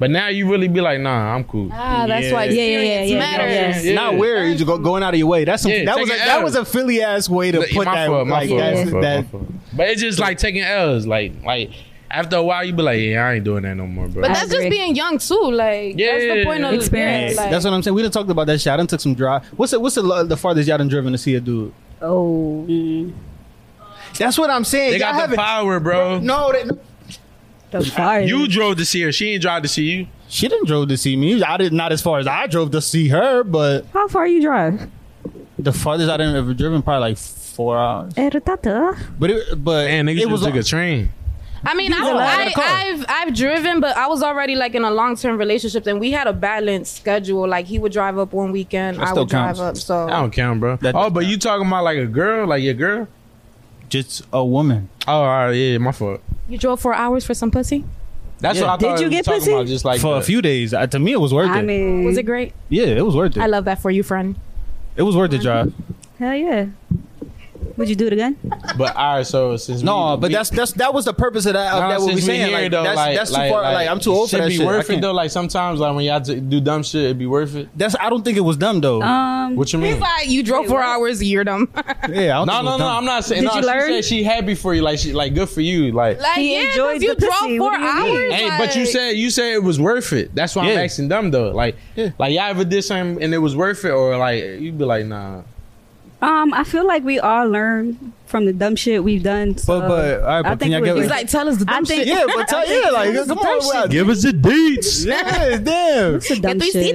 Speaker 1: But now you really be like, nah, I'm cool.
Speaker 5: Ah, that's why
Speaker 4: Yeah, yeah, yeah,
Speaker 5: experience
Speaker 4: yeah,
Speaker 5: matters.
Speaker 1: yeah.
Speaker 2: Not weird. You just go, going out of your way. That's some,
Speaker 1: Yeah,
Speaker 2: that
Speaker 1: take
Speaker 2: was a,
Speaker 1: an
Speaker 2: that
Speaker 1: L.
Speaker 2: was a Philly ass way to
Speaker 1: Like,
Speaker 2: put
Speaker 1: my
Speaker 2: that.
Speaker 1: fault, my
Speaker 2: like,
Speaker 1: fault, my
Speaker 2: that's-
Speaker 1: fault, my
Speaker 2: that-
Speaker 1: fault. But it's just like taking L's, like like after a while you be like, yeah, I ain't doing that no more, bro.
Speaker 5: But
Speaker 4: I
Speaker 5: that's just
Speaker 4: agree.
Speaker 5: being young too. Like that's
Speaker 1: Yeah.
Speaker 5: the point of
Speaker 4: Experience.
Speaker 5: Yeah, like,
Speaker 2: That's what I'm saying. We done talked about that shit. I done took some drive. What's the, what's the, lo- the farthest y'all done driven to see a dude?
Speaker 4: Oh, mm,
Speaker 2: That's what I'm saying.
Speaker 1: they got
Speaker 2: y'all
Speaker 1: the
Speaker 2: haven't.
Speaker 1: power, bro.
Speaker 2: no, they,
Speaker 4: the fire.
Speaker 1: You drove to see her. She ain't drive to see you.
Speaker 2: she didn't drove to see me. I did not as far as I drove to see her, but
Speaker 4: How far you drive?
Speaker 2: the farthest I done ever driven probably like four hours.
Speaker 4: Eh, Eratata.
Speaker 2: But it, but
Speaker 1: Man, nigga,
Speaker 2: it was
Speaker 1: took a train.
Speaker 5: I mean, I,
Speaker 2: allowed in a car.
Speaker 5: I, I've I've driven, but I was already like in a long term relationship, and we had a balanced schedule. Like he would drive up one weekend, I
Speaker 2: still
Speaker 5: would
Speaker 2: counts.
Speaker 5: drive up. So
Speaker 1: I don't count, bro.
Speaker 2: That
Speaker 1: oh,
Speaker 2: does
Speaker 1: but you talking about like a girl, like your girl?
Speaker 2: just a woman.
Speaker 1: Oh, all right, yeah, my fault.
Speaker 5: you drove four hours for some pussy.
Speaker 1: That's
Speaker 2: Yeah.
Speaker 1: what I
Speaker 4: Did
Speaker 1: thought.
Speaker 4: you
Speaker 1: we
Speaker 4: get
Speaker 1: talking
Speaker 4: pussy?
Speaker 1: About, just like
Speaker 2: for a
Speaker 1: the-
Speaker 2: few days. Uh, to me, it was worth
Speaker 4: I
Speaker 2: it.
Speaker 4: mean,
Speaker 5: Was it great?
Speaker 2: yeah, it was worth it.
Speaker 5: I love that for you, friend.
Speaker 2: it was worth the drive.
Speaker 4: hell yeah. Would you do it again?
Speaker 1: But all right, so since
Speaker 2: [laughs] No,
Speaker 1: we,
Speaker 2: but
Speaker 1: we-
Speaker 2: that's that's that was the purpose of that. Of
Speaker 1: no,
Speaker 2: that what we
Speaker 1: since
Speaker 2: saying.
Speaker 1: here,
Speaker 2: like,
Speaker 1: though,
Speaker 2: that's, that's too far. Like, I'm too old for
Speaker 1: should
Speaker 2: that
Speaker 1: be
Speaker 2: shit. I
Speaker 1: worth it
Speaker 2: can't-
Speaker 1: though. Like sometimes, like when y'all t- do dumb shit, it be worth it.
Speaker 2: That's I don't think it was dumb though.
Speaker 4: Um,
Speaker 1: What you mean?
Speaker 5: Like you drove four hours, yeared [laughs] him.
Speaker 2: yeah, I don't
Speaker 1: no,
Speaker 2: think it
Speaker 1: no,
Speaker 2: was
Speaker 1: no.
Speaker 2: dumb.
Speaker 1: I'm not saying.
Speaker 4: Did
Speaker 1: No,
Speaker 4: you
Speaker 1: she
Speaker 4: learn?
Speaker 1: said she happy for you. Like she, like good for you. Like,
Speaker 5: Like
Speaker 4: He
Speaker 5: yeah,
Speaker 4: enjoyed
Speaker 5: 'cause
Speaker 4: the
Speaker 5: you
Speaker 4: pussy.
Speaker 5: drove four
Speaker 4: What do you mean?
Speaker 5: hours.
Speaker 1: hey, but you
Speaker 5: like-
Speaker 1: said you said it was worth it. That's why I'm
Speaker 2: Yeah.
Speaker 1: asking them though. Like, like y'all ever did something and it was worth it, or like you be like, nah.
Speaker 4: um, I feel like we all learn from the dumb shit we've done. So
Speaker 2: But but all right,
Speaker 4: I
Speaker 2: but can
Speaker 4: think
Speaker 2: y'all
Speaker 4: it
Speaker 2: get
Speaker 4: was-
Speaker 5: He's like, tell us the
Speaker 4: I
Speaker 5: dumb
Speaker 4: think
Speaker 5: shit.
Speaker 2: yeah, but tell, yeah, like come on,
Speaker 1: Give us the deeds.
Speaker 2: yeah, damn.
Speaker 4: it's the dumb shit.
Speaker 1: Yeah, she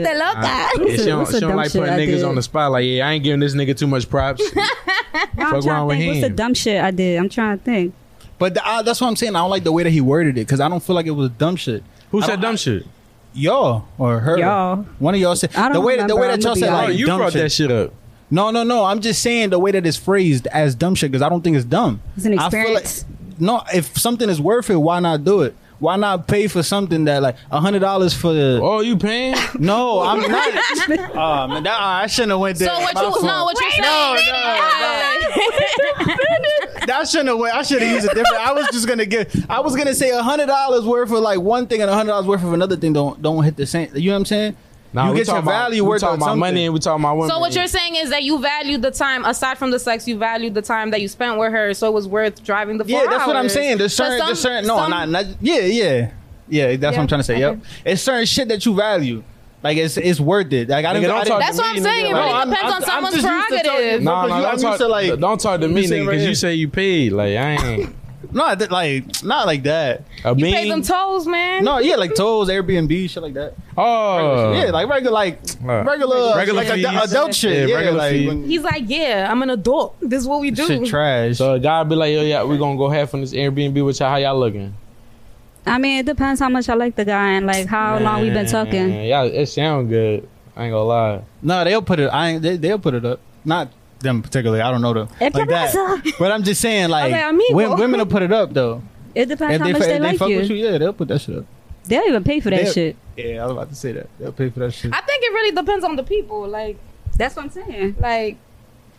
Speaker 1: don't,
Speaker 4: what's a
Speaker 1: she don't
Speaker 4: dumb
Speaker 1: like
Speaker 4: shit
Speaker 1: putting
Speaker 4: I
Speaker 1: niggas
Speaker 4: did?
Speaker 1: on the spot. Like, yeah, I ain't giving this nigga too much
Speaker 4: [laughs]
Speaker 1: props.
Speaker 4: Now I'm
Speaker 1: Fuck wrong
Speaker 4: trying to
Speaker 1: with
Speaker 4: think. What's the
Speaker 1: him?
Speaker 4: dumb shit I did? I'm trying to think.
Speaker 2: [laughs] But the, uh, that's what I'm saying. I don't like the way that he worded it because I don't feel like it was dumb shit.
Speaker 1: Who
Speaker 2: I
Speaker 1: said
Speaker 2: don't-
Speaker 1: dumb shit?
Speaker 2: Y'all or her?
Speaker 4: Y'all.
Speaker 2: One of y'all said
Speaker 4: I don't
Speaker 2: the way that the
Speaker 4: remember.
Speaker 2: way
Speaker 4: I'm
Speaker 2: that y'all
Speaker 4: gonna be
Speaker 2: said
Speaker 1: Oh,
Speaker 4: honest.
Speaker 2: like
Speaker 1: you
Speaker 2: dumb
Speaker 1: brought
Speaker 2: shit.
Speaker 1: that shit up.
Speaker 2: No, no, no. I'm just saying the way that it's phrased as dumb shit because I don't think it's dumb.
Speaker 4: It's an
Speaker 2: I feel like-
Speaker 4: experience.
Speaker 2: no, if something is worth it, why not do it? Why not pay for something that like a hundred dollars for the?
Speaker 1: Oh, you paying?
Speaker 2: No, I'm not. oh man, that, I shouldn't have went there.
Speaker 5: So what
Speaker 2: My fault.
Speaker 5: you no, what you saying? No,
Speaker 2: That- I shouldn't have went. I should have used a different. I was just gonna give. I was gonna say a hundred dollars worth of like one thing and a hundred dollars worth of another thing. Don't don't hit the same. You know what I'm saying?
Speaker 1: [laughs] Nah,
Speaker 2: you
Speaker 1: we
Speaker 2: get your
Speaker 1: talking about-
Speaker 2: value
Speaker 1: we
Speaker 2: worth
Speaker 1: talking
Speaker 2: on
Speaker 1: about
Speaker 2: something.
Speaker 1: money and we talking about women.
Speaker 5: So what you're saying is that you valued the time aside from the sex, you valued the time that you spent with her, so it was worth driving the four
Speaker 2: Yeah, that's what I'm
Speaker 5: hours.
Speaker 2: saying. There's
Speaker 5: So
Speaker 2: certain, there's
Speaker 5: some-
Speaker 2: certain. No,
Speaker 5: some-
Speaker 2: not, not. Yeah, yeah, yeah. That's what I'm
Speaker 5: Yeah,
Speaker 2: trying to say. Yep,
Speaker 5: okay.
Speaker 2: it's certain shit that you value. Like it's it's worth it. Like I
Speaker 1: Nigga,
Speaker 2: didn't.
Speaker 1: don't
Speaker 2: I
Speaker 1: talk
Speaker 2: didn't-
Speaker 5: That's
Speaker 1: to
Speaker 5: what
Speaker 1: me,
Speaker 5: I'm saying.
Speaker 1: nigga,
Speaker 5: It really
Speaker 1: like-
Speaker 2: I'm-
Speaker 5: depends
Speaker 2: I'm-
Speaker 5: on
Speaker 2: I'm
Speaker 5: someone's
Speaker 2: just used to
Speaker 5: prerogative.
Speaker 2: talking-
Speaker 1: Nah,
Speaker 2: Because
Speaker 1: nah,
Speaker 2: you-
Speaker 1: don't
Speaker 2: I'm
Speaker 1: talk,
Speaker 2: used to, like-
Speaker 1: don't talk to me,
Speaker 2: You saying
Speaker 1: nigga,
Speaker 2: right
Speaker 1: because you
Speaker 2: here.
Speaker 1: say you paid. Like, I
Speaker 5: [laughs]
Speaker 1: ain't.
Speaker 2: No, I did, like not like that.
Speaker 1: A
Speaker 5: you
Speaker 1: bean?
Speaker 5: pay them tolls, man.
Speaker 2: No, yeah, like tolls, Airbnb, shit like that.
Speaker 1: oh.
Speaker 2: yeah, like regular, like
Speaker 1: Nah.
Speaker 2: regular,
Speaker 1: Regular
Speaker 2: like adu-
Speaker 1: fees.
Speaker 2: adult shit.
Speaker 1: Yeah,
Speaker 2: uh, Yeah,
Speaker 1: regular
Speaker 2: like
Speaker 1: fees.
Speaker 2: when-
Speaker 5: He's like, yeah, I'm an adult. This is what we do.
Speaker 2: shit trash.
Speaker 1: So a guy be like, yo, yeah, we gonna go half on this Airbnb with y'all. How y'all looking?
Speaker 4: I mean, it depends how much I like the guy and like how long we've been talking.
Speaker 1: Yeah, it sound good. I ain't gonna lie.
Speaker 2: no, they'll put it. I ain't, they, they'll put it up. Not them particularly. I don't know them
Speaker 4: It's
Speaker 2: like
Speaker 4: a [laughs]
Speaker 2: that.
Speaker 4: massa.
Speaker 2: But I'm just saying, like
Speaker 5: like, amigo.
Speaker 2: wom- women will put it up though.
Speaker 4: It depends
Speaker 2: If
Speaker 4: how
Speaker 2: they,
Speaker 4: much
Speaker 2: fu-
Speaker 4: they
Speaker 2: if they
Speaker 4: like
Speaker 2: fuck
Speaker 4: you.
Speaker 2: with you, yeah, they'll put that shit up.
Speaker 4: They'll even pay for that
Speaker 2: They'll-
Speaker 4: shit.
Speaker 2: Yeah, I was about to say that. They'll pay for that shit.
Speaker 5: I think it really depends on the people. Like,
Speaker 4: That's what I'm saying.
Speaker 5: like.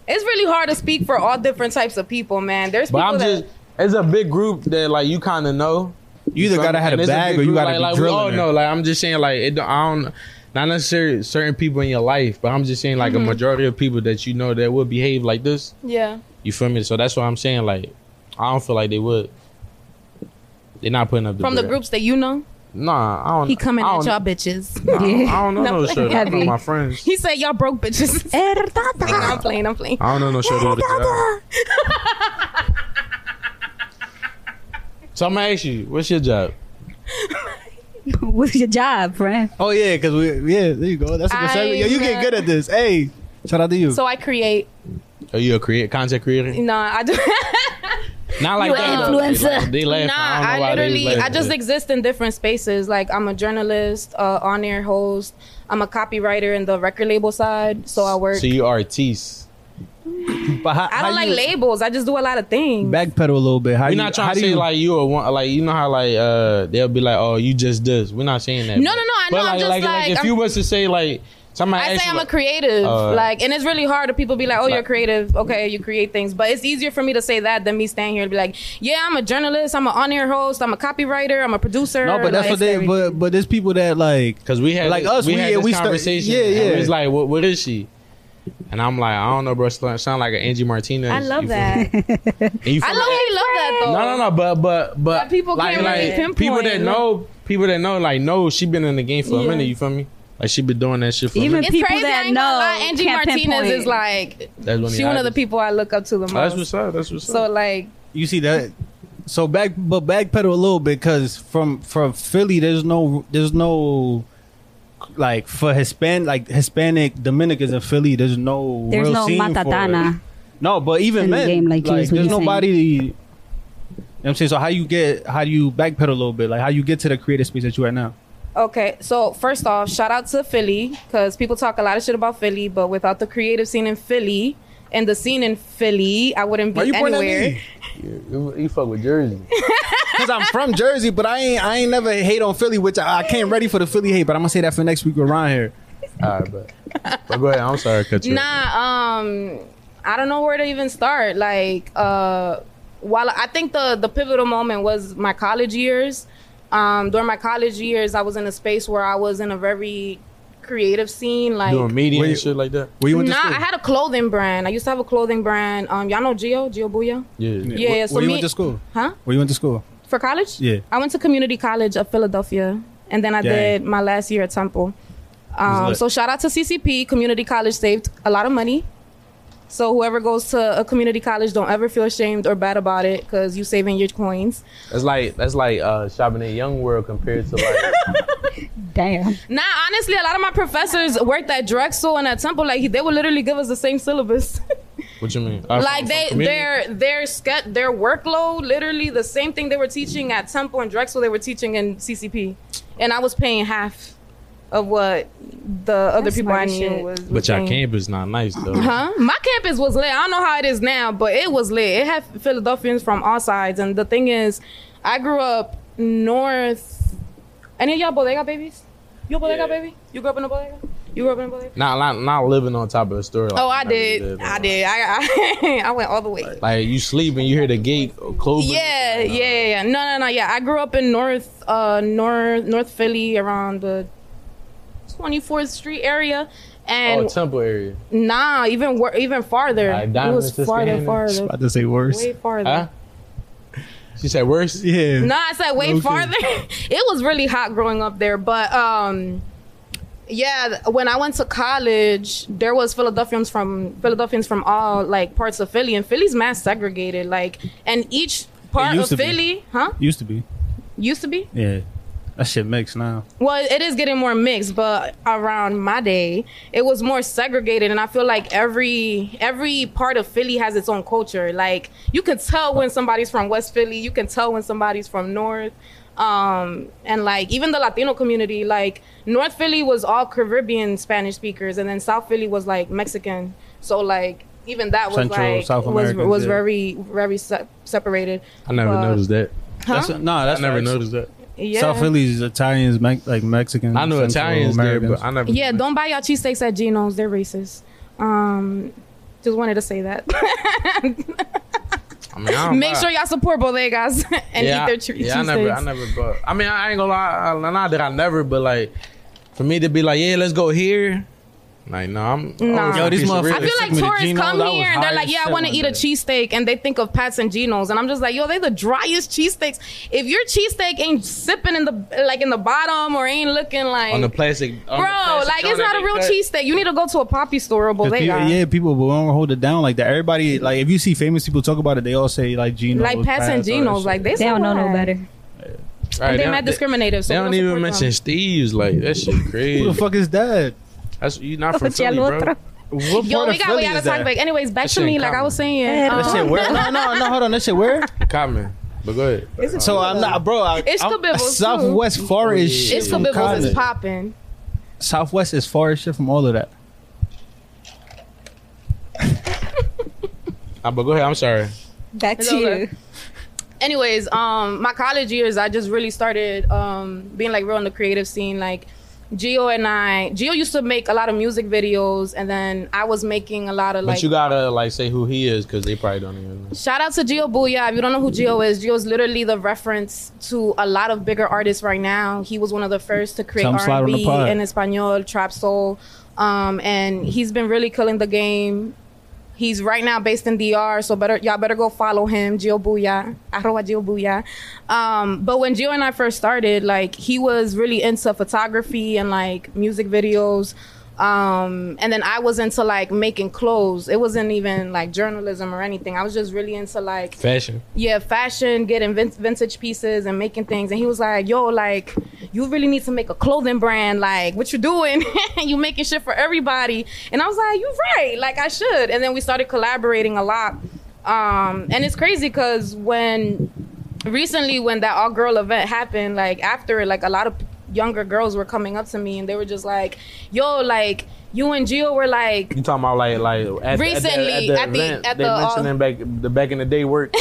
Speaker 5: It's really hard to speak for all different types of people, man. There's
Speaker 1: But
Speaker 5: people
Speaker 1: I'm
Speaker 5: that
Speaker 1: just, it's a big group that, like, you kind of know.
Speaker 2: You either
Speaker 1: So,
Speaker 2: gotta have
Speaker 1: and
Speaker 2: a
Speaker 1: it's
Speaker 2: bag
Speaker 1: big
Speaker 2: or you
Speaker 1: group,
Speaker 2: gotta
Speaker 1: like,
Speaker 2: be
Speaker 1: like,
Speaker 2: drilling.
Speaker 1: We all
Speaker 2: it.
Speaker 1: know, like I'm just saying, like it. don't- I don't not necessarily certain people in your life, but I'm just saying like a
Speaker 5: Mm-hmm.
Speaker 1: majority of people that you know that would behave like this.
Speaker 5: yeah.
Speaker 1: You feel me? So that's what I'm saying. Like I don't feel like they would. They're not putting up the
Speaker 5: From the
Speaker 1: bread.
Speaker 5: groups that you know,
Speaker 1: Nah, I don't.
Speaker 5: he coming
Speaker 1: I
Speaker 5: at
Speaker 1: don't,
Speaker 5: y'all [laughs] bitches.
Speaker 1: I don't, I don't know no,
Speaker 5: No,
Speaker 1: shit. I don't know
Speaker 4: heavy.
Speaker 1: my friends.
Speaker 5: He said y'all broke [laughs] bitches.
Speaker 2: Eh,
Speaker 4: [laughs]
Speaker 5: I'm playing. I'm playing.
Speaker 1: I don't know no shit with a job. So I'm gonna ask you, what's your job?
Speaker 4: What's your job, friend?
Speaker 2: Oh yeah, because we yeah, there you go. That's a good
Speaker 5: I,
Speaker 2: segment. Yo, you get
Speaker 5: uh,
Speaker 2: good at this. Hey, shout out to you.
Speaker 5: So I create. [laughs]
Speaker 1: Are you a create content creator?
Speaker 5: No, I do.
Speaker 1: Not like
Speaker 4: You
Speaker 1: that.
Speaker 4: an
Speaker 1: though. They
Speaker 4: influencer.
Speaker 1: laugh- They laugh.
Speaker 5: Nah,
Speaker 1: don't know
Speaker 5: I,
Speaker 1: why they
Speaker 5: literally,
Speaker 1: laugh.
Speaker 5: I just exist in different spaces. Like I'm a journalist, uh, on-air host. I'm a copywriter in the record label side, so I work.
Speaker 1: So you artiste.
Speaker 2: But how,
Speaker 5: I don't like labels. I just do a lot of things.
Speaker 2: backpedal a little bit. How
Speaker 1: We're
Speaker 2: you,
Speaker 1: not
Speaker 2: how
Speaker 1: trying to
Speaker 2: do
Speaker 1: say
Speaker 2: you,
Speaker 1: like you are one. Like you know how like uh they'll be like, oh, you just this. We're not saying that.
Speaker 5: No, no, no, I
Speaker 1: But
Speaker 5: know, I'm
Speaker 1: like,
Speaker 5: just
Speaker 1: like,
Speaker 5: like,
Speaker 1: if
Speaker 5: I'm-
Speaker 1: you was to say like somebody,
Speaker 5: I
Speaker 1: ask
Speaker 5: say
Speaker 1: you,
Speaker 5: I'm a
Speaker 1: like,
Speaker 5: creative,
Speaker 1: Uh,
Speaker 5: like, and it's really hard. to People be like, "Oh, you're
Speaker 1: like-
Speaker 5: creative. Okay, you create things." But it's easier for me to say that than me standing here and be like, "Yeah, I'm a journalist. I'm an on-air host. I'm a copywriter. I'm a producer."
Speaker 2: No, but that's
Speaker 5: like-
Speaker 2: what they. But but there's people that like.
Speaker 1: Cause we had
Speaker 2: Like us,
Speaker 1: we,
Speaker 2: we-
Speaker 1: had
Speaker 2: yeah,
Speaker 1: this
Speaker 2: we start-
Speaker 1: conversation.
Speaker 2: yeah,
Speaker 1: and
Speaker 2: yeah.
Speaker 1: It's like, what, what is she? And I'm like, I don't know, bro. Sound sound like an Angie Martinez.
Speaker 4: I
Speaker 1: You
Speaker 4: love
Speaker 1: feel
Speaker 4: that.
Speaker 1: me? And you
Speaker 5: I
Speaker 1: feel
Speaker 5: know
Speaker 1: me?
Speaker 5: we love that though.
Speaker 1: No, no, no. But but but,
Speaker 5: But people
Speaker 1: like,
Speaker 5: can't really
Speaker 1: like,
Speaker 5: pinpoint.
Speaker 1: people that know people that know like know she been in the game for a
Speaker 4: Yeah.
Speaker 1: minute. You feel me? Like she been doing that shit for a
Speaker 4: Even
Speaker 1: minute.
Speaker 5: It's
Speaker 4: people
Speaker 5: crazy.
Speaker 4: that
Speaker 5: I ain't gonna
Speaker 4: know
Speaker 5: lie. Angie
Speaker 4: can't
Speaker 5: Martinez
Speaker 4: pinpoint.
Speaker 5: is like
Speaker 1: That's when
Speaker 5: she one of the people I look up to the most.
Speaker 1: Oh, That's what's up. That's what's
Speaker 5: so
Speaker 1: up.
Speaker 5: like,
Speaker 2: You see that? So back, but backpedal a little bit because from from Philly, there's no there's no like for Hispanic like Hispanic Dominicans in Philly, there's no
Speaker 4: There's
Speaker 2: real
Speaker 4: no
Speaker 2: scene for it.
Speaker 4: matatana.
Speaker 2: No, but even
Speaker 4: in the
Speaker 2: men,
Speaker 4: game,
Speaker 2: like,
Speaker 4: like you was- what
Speaker 2: there's
Speaker 4: you saying.
Speaker 2: nobody. You know what I'm saying so. How you get? How do you backpedal a little bit? Like how you get to the creative space that you at now?
Speaker 5: okay, so first off, shout out to Philly because people talk a lot of shit about Philly, but without the creative scene in Philly and the scene in Philly, I wouldn't be
Speaker 2: Why you pointing at
Speaker 5: anywhere.
Speaker 2: me?
Speaker 1: You, you fuck with
Speaker 5: [laughs]
Speaker 1: Jersey.
Speaker 2: [laughs] Cause I'm from Jersey, but I ain't I ain't never hate on Philly, which I, I came ready for the Philly hate, but I'm gonna say that for next week with Ron here.
Speaker 1: All right, but, but go ahead. I'm sorry, I cut you. off.
Speaker 5: Nah, um, I don't know where to even start. Like, uh, while I think the the pivotal moment was my college years. Um, during my college years, I was in a space where I was in a very creative scene. Like,
Speaker 1: doing media
Speaker 2: Wait.
Speaker 1: and shit like that.
Speaker 2: Where you went
Speaker 5: Nah,
Speaker 2: to school?
Speaker 5: I had a clothing brand. I used to have a clothing brand. Um, y'all know Geo, Geo Booya,
Speaker 1: Yeah.
Speaker 5: yeah,
Speaker 2: Where,
Speaker 5: so
Speaker 2: where you
Speaker 5: me-
Speaker 2: went to school?
Speaker 5: huh?
Speaker 2: Where you went to school?
Speaker 5: For college?
Speaker 2: Yeah.
Speaker 5: I went to Community College of Philadelphia, and then I
Speaker 2: Dang.
Speaker 5: did my last year at Temple. Um,
Speaker 2: lit.
Speaker 5: so shout out to CCP. Community college saved a lot of money. So whoever goes to a community college, don't ever feel ashamed or bad about it because you saving your coins.
Speaker 1: That's like that's like uh, shopping at Young World compared to like
Speaker 4: Damn.
Speaker 5: Nah, honestly, a lot of my professors worked at Drexel and at Temple. Like they would literally give us the same syllabus. [laughs]
Speaker 1: what you mean?
Speaker 5: like they their their ske- their workload literally the same thing they were teaching at Temple and Drexel they were teaching in CCP, and I was paying half of what the other
Speaker 4: That's
Speaker 5: people I
Speaker 4: smart
Speaker 5: knew
Speaker 4: shit.
Speaker 5: was. was
Speaker 1: But y'all
Speaker 5: paying.
Speaker 1: campus not nice though.
Speaker 5: Mm. Huh? My campus was lit. I don't know how it is now, but it was lit. It had Philadelphians from all sides, and the thing is, I grew up north. Any of y'all bodega babies? You a bodega baby? You grew up in a bodega? You grew up in a bodega?
Speaker 1: Not, not not living on top of the store. like
Speaker 5: Oh, I
Speaker 1: never
Speaker 5: did. I
Speaker 1: like-
Speaker 5: did. I I, [laughs] I went all the way.
Speaker 1: Like you sleep and you hear the gate closing.
Speaker 5: Yeah, yeah, yeah, yeah. No, no, no. Yeah, I grew up in North, uh, North, North Philly, around the 24th Street area, and
Speaker 1: Oh, Temple area.
Speaker 5: nah, even wor- even farther.
Speaker 1: Like
Speaker 5: it was
Speaker 1: Diamond,
Speaker 5: farther,
Speaker 1: Susquehanna?
Speaker 5: farther,
Speaker 2: About to say worse.
Speaker 5: way farther.
Speaker 1: Huh? She said worse.
Speaker 2: Yeah.
Speaker 5: No, I said way
Speaker 2: Okay.
Speaker 5: farther. [laughs] it was really hot growing up there, but um, yeah. th- When I went to college, there was Philadelphians from Philadelphians from all like parts of Philly, and Philly's mass segregated. Like, and each part of
Speaker 2: used to be.
Speaker 5: Philly, huh?
Speaker 2: Used to be.
Speaker 5: Used to be.
Speaker 2: Yeah. That shit mixed now.
Speaker 5: Well, it is getting more mixed, but around my day, it was more segregated, and I feel like every every part of Philly has its own culture. Like you can tell when somebody's from West Philly, you can tell when somebody's from North, um, and like even the Latino community. Like North Philly was all Caribbean Spanish speakers, and then South Philly was like Mexican. So like even that was
Speaker 2: Central,
Speaker 5: like
Speaker 2: South
Speaker 5: was
Speaker 2: Americans,
Speaker 5: was
Speaker 2: yeah.
Speaker 5: very very se- separated.
Speaker 1: I never
Speaker 5: But-
Speaker 1: noticed that.
Speaker 2: That's, no, that's
Speaker 1: I never
Speaker 2: facts.
Speaker 1: noticed that.
Speaker 5: Yeah.
Speaker 2: South Philly's Italians, me- like Mexicans.
Speaker 1: I knew
Speaker 2: Central
Speaker 1: Italians there,
Speaker 2: Americans.
Speaker 1: but I never.
Speaker 5: Yeah, don't buy y'all cheesesteaks at Geno's. They're racist. Um, just wanted to say that.
Speaker 1: I mean,
Speaker 5: [laughs]
Speaker 1: I don't
Speaker 5: Make
Speaker 1: buy-
Speaker 5: sure y'all support bodegas [laughs] and
Speaker 1: yeah,
Speaker 5: eat their
Speaker 1: I-
Speaker 5: che-
Speaker 1: Yeah, I never, I
Speaker 5: cheesesteaks.
Speaker 1: never. But I mean, I ain't gonna lie. I, not that I never, but like for me to be like, yeah, let's go here. Like, no, I'm.
Speaker 5: Nah.
Speaker 1: I'm
Speaker 5: Yo,
Speaker 2: these
Speaker 1: piece of
Speaker 2: motherfuckers-
Speaker 5: I
Speaker 1: real.
Speaker 5: feel
Speaker 2: Took
Speaker 5: like
Speaker 2: me to
Speaker 5: tourists
Speaker 2: Geno's,
Speaker 5: come
Speaker 2: I was
Speaker 5: here and they're
Speaker 2: high
Speaker 5: like,
Speaker 2: as
Speaker 5: "Yeah, I
Speaker 2: shit
Speaker 5: want to
Speaker 2: one
Speaker 5: eat a
Speaker 2: day.
Speaker 5: cheesesteak," and they think of Pat's and Geno's, and I'm just like, "Yo, they the driest cheesesteaks. If your cheesesteak ain't sipping in the like in the bottom or ain't looking like,
Speaker 1: on the plastic. on the
Speaker 5: bro,
Speaker 1: plastic
Speaker 5: like it's
Speaker 1: joint
Speaker 5: not
Speaker 1: that
Speaker 5: a real
Speaker 1: they cut.
Speaker 5: cheesesteak. You need to go to a poppy store or
Speaker 2: Because
Speaker 5: bodega.
Speaker 2: people, yeah, people but don't hold it down like that. Everybody, like, if you see famous people talk about it, they all say like Gino,
Speaker 5: like Pat's and Geno's, like they,
Speaker 4: They don't know no better.
Speaker 1: All right,
Speaker 5: They're
Speaker 1: they
Speaker 5: not
Speaker 1: they-
Speaker 5: discriminative. So
Speaker 1: They
Speaker 5: we
Speaker 1: don't
Speaker 5: support
Speaker 1: even
Speaker 5: them.
Speaker 1: mention Steve's. Like that
Speaker 5: [laughs]
Speaker 1: shit
Speaker 2: who the
Speaker 1: crazy.
Speaker 2: fuck is that?
Speaker 1: That's you not from
Speaker 4: Look at
Speaker 1: Philly,
Speaker 4: y'all
Speaker 1: bro.
Speaker 4: otro.
Speaker 2: What
Speaker 5: Yo,
Speaker 2: part
Speaker 5: we
Speaker 2: of
Speaker 5: got
Speaker 2: Philly
Speaker 5: we gotta
Speaker 2: is
Speaker 5: talk
Speaker 2: that?
Speaker 5: back. Anyways, back
Speaker 1: That
Speaker 5: to
Speaker 1: shit
Speaker 5: me,
Speaker 1: in
Speaker 5: like I
Speaker 1: common.
Speaker 5: was saying. um,
Speaker 2: That shit where? No, no, no. Hold on. That shit where?
Speaker 1: Common. But go ahead.
Speaker 2: So I'm not, bro. I,
Speaker 5: It's
Speaker 2: I'm-
Speaker 5: Kabibbles, too.
Speaker 2: Southwest far as shit.
Speaker 5: It's
Speaker 2: from
Speaker 5: Kabibbles
Speaker 2: Compton.
Speaker 5: is popping.
Speaker 2: Southwest is far as shit from all of that.
Speaker 1: Ah, but go ahead. I'm sorry.
Speaker 4: Back
Speaker 5: It's
Speaker 4: to
Speaker 5: over.
Speaker 4: you.
Speaker 5: anyways, um, my college years, I just really started um being like real in the creative scene. Like Gio and I, Gio used to make a lot of music videos, and then I was making a lot of
Speaker 1: But
Speaker 5: like.
Speaker 1: you gotta like say who he is because they probably don't even know.
Speaker 5: Shout out to Gio Booyah. If you don't know who Gio is, Gio is literally the reference to a lot of bigger artists right now. He was one of the first to create
Speaker 2: Tell him slide on the
Speaker 5: R&B
Speaker 2: pod.
Speaker 5: in Espanol, Trap Soul. Um, and he's been really killing the game. He's right now based in DR, so better y'all better go follow him, Gio Booyah, arroba Gio Booyah. Um, but when Gio and I first started, like he was really into photography and like music videos. Um, and then I was into like making clothes. It wasn't even like journalism or anything. I was just really into like
Speaker 1: Fashion.
Speaker 5: yeah, fashion, getting vin- vintage pieces and making things. And he was like, yo, like, you really need to make a clothing brand. Like, what you doing? [laughs] you making shit for everybody. And I was like, you're right. Like, I should. And then we started collaborating a lot. Um, and it's crazy because when recently, when that all girl event happened, like, after it, like, a lot of younger girls were coming up to me and they were just like, yo, like, you and Gio were like,
Speaker 1: You talking about like like at, at
Speaker 5: Recently,
Speaker 1: the, at
Speaker 5: at
Speaker 1: the
Speaker 5: the-
Speaker 1: event,
Speaker 5: at
Speaker 1: they
Speaker 5: the, uh,
Speaker 1: mentioned them back the back in the day
Speaker 5: [laughs]
Speaker 1: work.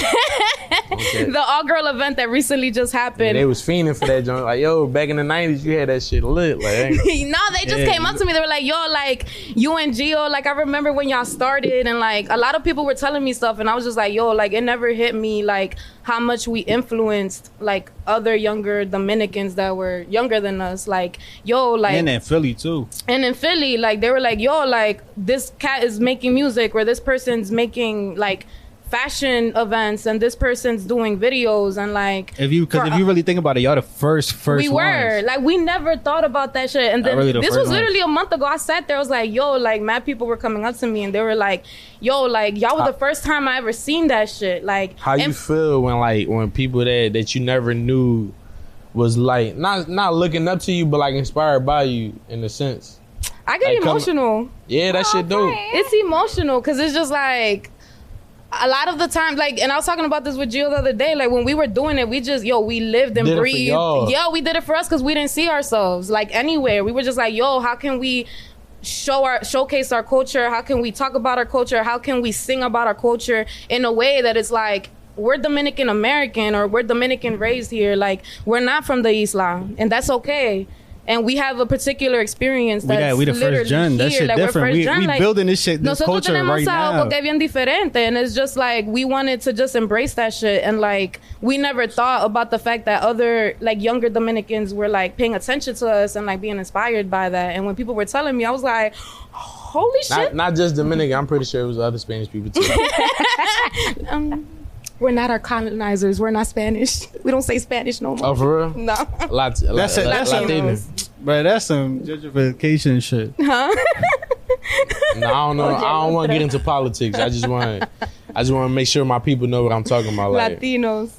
Speaker 1: Okay.
Speaker 5: the all girl event that recently just
Speaker 1: Yeah,
Speaker 5: [laughs] happened.
Speaker 1: they was fiending for that joint. Like yo, back in the nineties, you had that shit lit. Like ain't-
Speaker 5: [laughs] no, they just came up to me. They were like, "Yo, like you and Gio, like I remember when y'all started, and like a lot of people were telling me stuff, and I was just like, yo, like it never hit me like how much we influenced like other younger Dominicans that were younger than us. Like yo, like
Speaker 2: And in Philly too.
Speaker 5: and in Philly, like they were like, "Yo, like this cat is making music, or this person's making like." fashion events and this person's doing videos and like
Speaker 2: If you because
Speaker 5: for
Speaker 2: if you really think about it, y'all the first first.
Speaker 5: we were
Speaker 2: ones.
Speaker 5: like we never thought about that shit and then
Speaker 2: really the
Speaker 5: this
Speaker 2: first
Speaker 5: was
Speaker 2: ones.
Speaker 5: literally a month ago i sat there i was like yo like mad people were coming up to me and they were like yo like y'all were the first time i ever seen that shit like
Speaker 1: How you
Speaker 5: and-
Speaker 1: feel when like when people that that you never knew was like not not looking up to you, but like inspired by you in a sense.
Speaker 5: i get
Speaker 1: like, come-
Speaker 5: emotional
Speaker 1: Yeah, that
Speaker 5: Oh,
Speaker 1: shit dope.
Speaker 5: it's emotional because it's just like a lot of the time like and i was talking about this with Gio the other day like when we were doing it we just yo we lived and
Speaker 1: Did it for
Speaker 5: breathed
Speaker 1: y'all.
Speaker 5: yeah we did it for us because we didn't see ourselves like anywhere we were just like yo how can we show our showcase our culture how can we talk about our culture how can we sing about our culture in a way that it's like we're dominican american or we're dominican raised here like we're not from the isla and that's okay and we have a particular experience
Speaker 2: We,
Speaker 5: that's
Speaker 2: got, we the
Speaker 5: literally
Speaker 2: first gen. That
Speaker 5: here.
Speaker 2: shit
Speaker 5: like, we're
Speaker 2: different.
Speaker 5: first
Speaker 2: We,
Speaker 5: gen,
Speaker 2: we
Speaker 5: like-
Speaker 2: building this shit, this
Speaker 5: nosotros
Speaker 2: culture
Speaker 5: tenemos
Speaker 2: right
Speaker 5: algo
Speaker 2: now.
Speaker 5: que es bien diferente and it's just like we wanted to just embrace that shit and like we never thought about the fact that other like younger Dominicans were like paying attention to us and like being inspired by that and when people were telling me I was like holy
Speaker 1: Not
Speaker 5: shit
Speaker 1: not just Dominican. I'm pretty sure it was other Spanish people too.
Speaker 5: [laughs] we're not our colonizers we're not Spanish [laughs] we don't say Spanish no more
Speaker 1: oh, for real?
Speaker 5: no
Speaker 1: Lat-
Speaker 2: That's it, that's it.
Speaker 1: Latino.
Speaker 2: Bro, that's some gentrification
Speaker 5: [laughs]
Speaker 2: shit.
Speaker 1: No, I don't know. I don't want to get into politics. I just want, I just want to make sure my people know what I'm talking about. Like,
Speaker 5: Latinos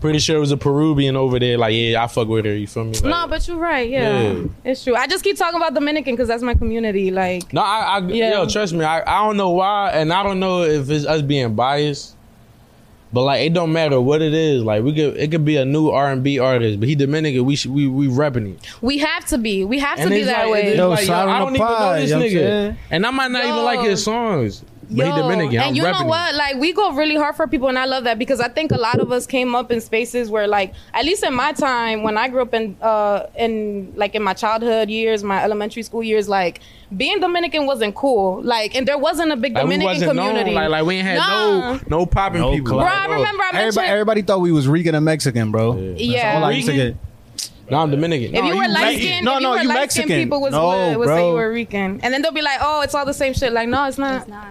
Speaker 1: pretty sure it was a Peruvian over there. Like, yeah, I fuck with her. You feel me? Like,
Speaker 5: no but you're right yeah,
Speaker 1: Yeah.
Speaker 5: it's true I just keep talking about Dominican because that's my community like
Speaker 1: no, I, I
Speaker 5: Yeah.
Speaker 1: yo, trust me. I, I don't know why, and I don't know if it's us being biased, but like, it don't matter what it is. Like, we could, it could be a new R and B artist, but he Dominican. We should, we, we repping it.
Speaker 5: we have to be we have to
Speaker 1: And
Speaker 5: be
Speaker 1: it's
Speaker 5: that
Speaker 1: like-
Speaker 5: way
Speaker 1: it's
Speaker 2: Yo,
Speaker 1: like, yo,
Speaker 2: slide
Speaker 1: I
Speaker 2: on
Speaker 1: don't
Speaker 2: the
Speaker 1: even know
Speaker 2: pod,
Speaker 1: this
Speaker 2: you know what I'm
Speaker 1: nigga,
Speaker 2: saying?
Speaker 1: and I might not even
Speaker 5: Yo.
Speaker 1: like his songs, but
Speaker 5: Yo,
Speaker 1: he Dominican.
Speaker 5: And
Speaker 1: I'm
Speaker 5: you
Speaker 1: repping
Speaker 5: know
Speaker 1: it.
Speaker 5: what? Like we go really hard for people, and I love that because I think a lot of us came up in spaces where, like, at least in my time when I grew up in, uh, in like in my childhood years, my elementary school years, like being Dominican wasn't cool. Like, and there wasn't a big
Speaker 1: Like, we
Speaker 5: Dominican
Speaker 1: wasn't
Speaker 5: community.
Speaker 1: known. Like, like we ain't had
Speaker 5: Nah.
Speaker 1: no no popping
Speaker 2: No
Speaker 1: people.
Speaker 2: club.
Speaker 5: Bro,
Speaker 1: Like,
Speaker 5: I
Speaker 1: oh,
Speaker 5: remember I mentioned.
Speaker 2: Everybody, everybody thought we was Rican and Mexican, bro. That's
Speaker 5: Yeah.
Speaker 2: all I used to
Speaker 1: Rican?
Speaker 2: get.
Speaker 1: No, I'm Dominican.
Speaker 5: if
Speaker 1: No,
Speaker 5: you were light
Speaker 2: Mexican.
Speaker 5: skinned,
Speaker 2: No,
Speaker 5: if
Speaker 2: no,
Speaker 5: you were
Speaker 2: you
Speaker 5: light skinned,
Speaker 2: Mexican.
Speaker 5: people was
Speaker 2: No,
Speaker 5: would, would say
Speaker 2: bro.
Speaker 5: you were Rican, and then they'll be like, "Oh, it's all the same shit." Like, no, it's not.
Speaker 4: It's not.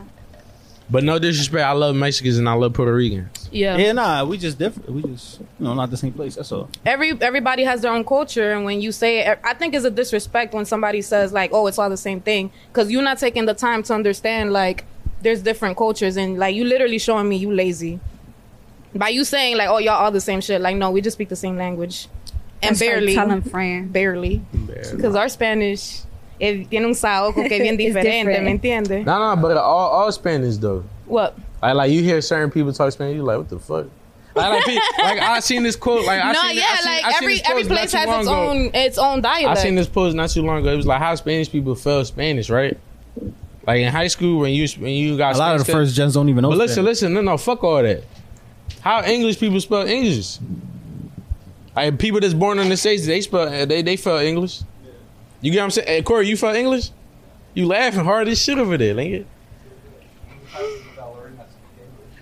Speaker 1: But no disrespect, I love Mexicans and I love Puerto Ricans.
Speaker 2: Yeah, nah, we just different. We just, you know, not the same place. That's all.
Speaker 5: every everybody has their own culture and when you say it e, i think it's a disrespect when somebody says like oh it's all the same thing because you're not taking the time to understand like there's different cultures and like you literally showing me you lazy by you saying like oh y'all all the same shit like no we just speak the same language and
Speaker 4: That's like
Speaker 5: barely
Speaker 4: telling friend.
Speaker 5: barely because our spanish eh, tiene un
Speaker 4: [laughs]
Speaker 5: saoco que es bien
Speaker 4: It's
Speaker 5: diferente
Speaker 4: different.
Speaker 5: me entiende
Speaker 1: No, no, but all, all Spanish though.
Speaker 5: what
Speaker 1: Like, like you hear certain people talk Spanish, you like, what the fuck? Like, like, pe- like I seen this quote. Like I
Speaker 5: no,
Speaker 1: seen,
Speaker 5: yeah,
Speaker 1: I seen,
Speaker 5: like
Speaker 1: I seen
Speaker 5: every
Speaker 1: this
Speaker 5: every
Speaker 1: post not
Speaker 5: place
Speaker 1: too
Speaker 5: has
Speaker 1: long
Speaker 5: its
Speaker 1: ago.
Speaker 5: own its own
Speaker 1: I
Speaker 5: dialect.
Speaker 1: seen this post not too long ago. It was like how Spanish people felt Spanish, right? Like in high school when you when you got
Speaker 2: A lot of the
Speaker 1: Spanish-
Speaker 2: first gens don't even know.
Speaker 1: But listen,
Speaker 2: Spanish.
Speaker 1: listen, no, no, fuck all that. How English people spell English? Like people that's born in the states, they spell they they spell English. You get what I'm saying? Hey, Corey, you spell English? You laughing hard as shit over there, nigga.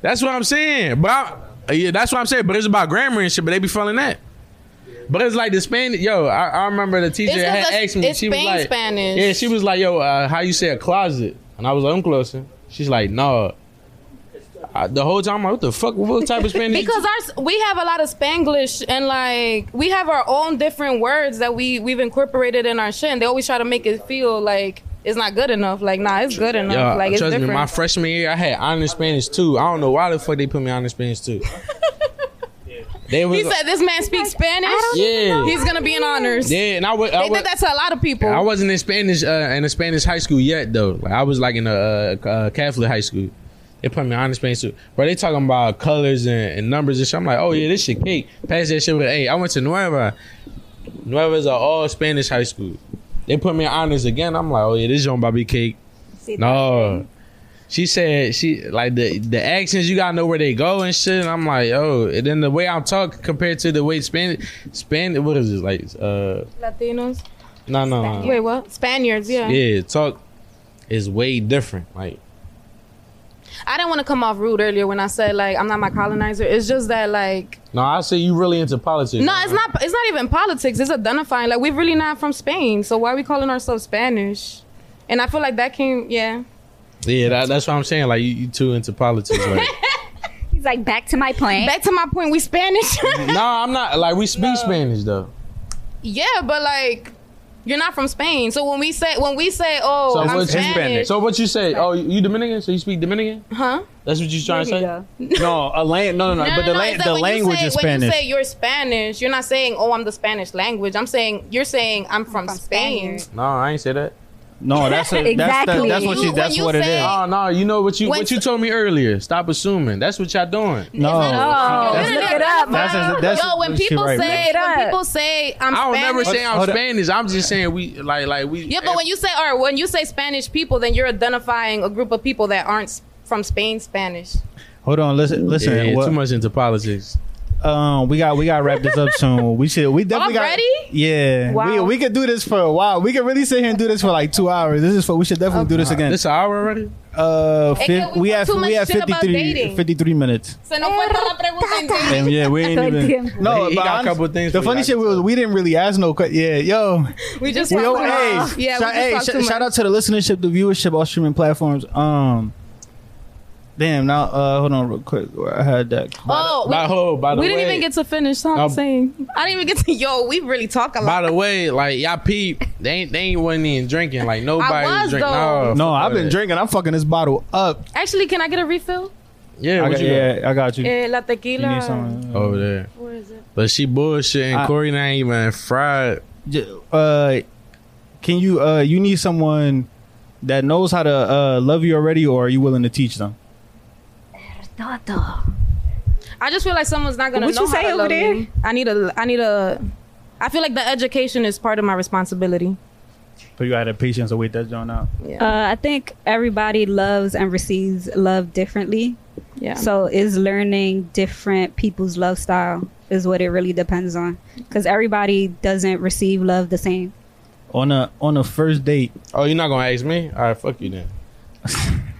Speaker 1: That's what I'm saying, but I, yeah, that's what I'm saying. But it's about grammar and shit. But they be feeling that. But it's like the Spanish. Yo, I, I remember the teacher
Speaker 5: It's 'cause
Speaker 1: had
Speaker 5: that's-
Speaker 1: asked me.
Speaker 5: it's
Speaker 1: she was
Speaker 5: Spain
Speaker 1: like,
Speaker 5: Spanish.
Speaker 1: Yeah, she was like, yo, uh, how you say a closet? And I was like, I'm closer. She's like, nah. I, the whole time, I'm like, what the fuck? What type of Spanish?
Speaker 5: because our s- we have a lot of Spanglish and like we have our own different words that we we've incorporated in our shit. And they always try to make it feel like it's not good enough. Like nah, it's good enough.
Speaker 1: Yeah,
Speaker 5: like it's
Speaker 1: trust
Speaker 5: different.
Speaker 1: me, my freshman year, I had honor Spanish too. I don't know why the fuck they put me honor Spanish too. they was
Speaker 5: he said this man speaks Spanish.
Speaker 1: yeah,
Speaker 5: He's gonna be in honors.
Speaker 1: yeah, and I was. I
Speaker 5: They
Speaker 1: wa-
Speaker 5: did that to a lot of people.
Speaker 1: I wasn't in Spanish uh, in a Spanish high school yet though. Like I was like in a uh, uh, Catholic high school. They put me on the Spanish too. Bro, they talking about colors and, and numbers and shit. I'm like, oh yeah, this shit cake. Pass that shit with hey, I went to Nueva. Nueva's an all Spanish high school. They put me in honors again. I'm like, oh yeah, this John Bobby cake. No. She said she like the the accents you gotta know where they go and shit. And I'm like, oh, and then the way I'm talking compared to the way Spanish Spanish what is this like uh
Speaker 5: Latinos.
Speaker 1: no no no.
Speaker 5: Wait, what? Spaniards. Yeah.
Speaker 1: Uh, Yeah, talk is way different. Like,
Speaker 5: I didn't want to come off rude earlier when I said like I'm not my colonizer. It's just that like
Speaker 1: no, I say you really into politics.
Speaker 5: no, it's not. It's not even politics. It's identifying like we're really not from Spain. So why are we calling ourselves Spanish? And I feel like that came yeah.
Speaker 1: Yeah, that, that's what I'm saying. Like, you, you too into politics.
Speaker 5: [laughs]
Speaker 1: Like,
Speaker 4: He's like, back to my point.
Speaker 5: Back to my point, we Spanish. [laughs]
Speaker 1: no, I'm not. Like, we speak Spanish though.
Speaker 5: yeah, but like you're not from Spain. So when we say when we say oh
Speaker 1: So
Speaker 5: I'm
Speaker 1: what's
Speaker 5: Spanish,
Speaker 1: So what you say? Oh, you you Dominican? So you speak Dominican?
Speaker 5: huh?
Speaker 1: That's what you trying to say?
Speaker 2: no, a lan- no, no, no,
Speaker 5: No,
Speaker 2: But
Speaker 5: no,
Speaker 2: the,
Speaker 5: no,
Speaker 2: lan-
Speaker 5: it's that
Speaker 2: the
Speaker 5: when you
Speaker 2: language
Speaker 5: say,
Speaker 2: is
Speaker 5: When you
Speaker 2: Spanish.
Speaker 5: say you're Spanish, you're not saying oh I'm the Spanish language. I'm saying you're saying I'm from,
Speaker 4: from
Speaker 5: Spain.
Speaker 1: No, I ain't say that.
Speaker 2: no, that's a, that's, the,
Speaker 4: Exactly.
Speaker 2: that's what you.
Speaker 5: When
Speaker 2: That's
Speaker 5: you
Speaker 2: what it
Speaker 5: say-
Speaker 2: is.
Speaker 1: Oh no, you know what you
Speaker 5: When-
Speaker 1: what you told me earlier. Stop assuming. That's what y'all doing.
Speaker 2: No,
Speaker 4: No,
Speaker 5: Oh.
Speaker 2: That's-
Speaker 4: look it up.
Speaker 2: that's
Speaker 4: bro.
Speaker 2: a- that's
Speaker 5: Yo, when
Speaker 2: she
Speaker 5: people
Speaker 2: right, man.
Speaker 5: say
Speaker 4: Straight
Speaker 5: when
Speaker 4: up.
Speaker 5: people say I'm
Speaker 1: I don't
Speaker 5: Spanish,
Speaker 1: never say I'm
Speaker 2: Hold up.
Speaker 1: Spanish. I'm just saying we like like we.
Speaker 5: yeah, but when you say or when you say Spanish people, then you're identifying a group of people that aren't s- from Spain Spanish.
Speaker 2: Hold on, listen, listen.
Speaker 1: yeah,
Speaker 2: what-
Speaker 1: too much into politics.
Speaker 2: um, we got we got to wrap this up soon. We should we definitely
Speaker 5: Already?
Speaker 2: got yeah. We
Speaker 4: Wow.
Speaker 2: we could do this for a while. We could really sit here and do this for like two hours. This is for we should definitely do this again.
Speaker 1: This an hour already?
Speaker 2: Uh,
Speaker 5: Hey,
Speaker 2: fif-
Speaker 5: yo, we
Speaker 2: we
Speaker 5: talk
Speaker 2: have
Speaker 5: too much
Speaker 2: we have
Speaker 5: shit about
Speaker 2: 53,
Speaker 5: dating.
Speaker 2: 53 minutes.
Speaker 5: Se no fue toda la pregunta en ti.
Speaker 2: And yeah, we
Speaker 5: [laughs]
Speaker 2: ain't
Speaker 4: Todo el
Speaker 2: even.
Speaker 4: tiempo.
Speaker 2: No,
Speaker 1: He- he
Speaker 2: but
Speaker 1: got a
Speaker 2: honest-
Speaker 1: couple things
Speaker 2: The
Speaker 1: for
Speaker 2: funny
Speaker 1: you.
Speaker 2: shit was we didn't really ask no. que- Yeah, yo,
Speaker 5: We just
Speaker 2: we
Speaker 5: talked
Speaker 2: over.
Speaker 5: too
Speaker 2: Hey,
Speaker 5: much. yeah,
Speaker 2: shout,
Speaker 5: we just
Speaker 2: hey,
Speaker 5: talked
Speaker 2: sh-
Speaker 5: too
Speaker 2: shout
Speaker 5: much.
Speaker 2: out to the listenership, the viewership, all streaming platforms. Um, damn. Now, uh, hold on real quick. Where I had that.
Speaker 5: Oh, we,
Speaker 1: By, oh, by the
Speaker 5: we didn't
Speaker 1: way,
Speaker 5: even get to finish. So I'm
Speaker 1: Um,
Speaker 5: saying I didn't even get to. Yo, we really talk a
Speaker 1: By
Speaker 5: lot.
Speaker 1: the way, like y'all peep, they ain't they ain't wasn't even drinking. Like nobody
Speaker 5: I was,
Speaker 1: drinking.
Speaker 5: though.
Speaker 2: No, I've been drinking. I'm fucking this bottle up.
Speaker 5: Actually, can I get a refill?
Speaker 1: Yeah,
Speaker 2: I
Speaker 1: what
Speaker 2: got,
Speaker 1: you
Speaker 2: yeah, I got you.
Speaker 5: Eh, la
Speaker 2: you
Speaker 5: tequila.
Speaker 2: need uh, something.
Speaker 1: got over there.
Speaker 5: Where is it?
Speaker 1: But she bullshitting.
Speaker 2: I-
Speaker 1: Corey not even fried.
Speaker 2: J- Uh, can you? Uh, you need someone that knows how to uh, love you already, or are you willing to teach them?
Speaker 5: I just feel like someone's not gonna
Speaker 4: What
Speaker 5: know
Speaker 4: you
Speaker 5: how
Speaker 4: say
Speaker 5: to
Speaker 4: over
Speaker 5: love
Speaker 4: there?
Speaker 5: me. I need a. I need a. I feel like the education is part of my responsibility.
Speaker 2: So you had the patience to wait that joint out.
Speaker 5: Yeah.
Speaker 4: Uh, I think everybody loves and receives love differently.
Speaker 5: yeah.
Speaker 4: So is learning different people's love style is what it really depends on because everybody doesn't receive love the same.
Speaker 2: On a on a first date.
Speaker 1: Oh, you're not gonna ask me? All right, fuck you
Speaker 2: [laughs]
Speaker 1: then.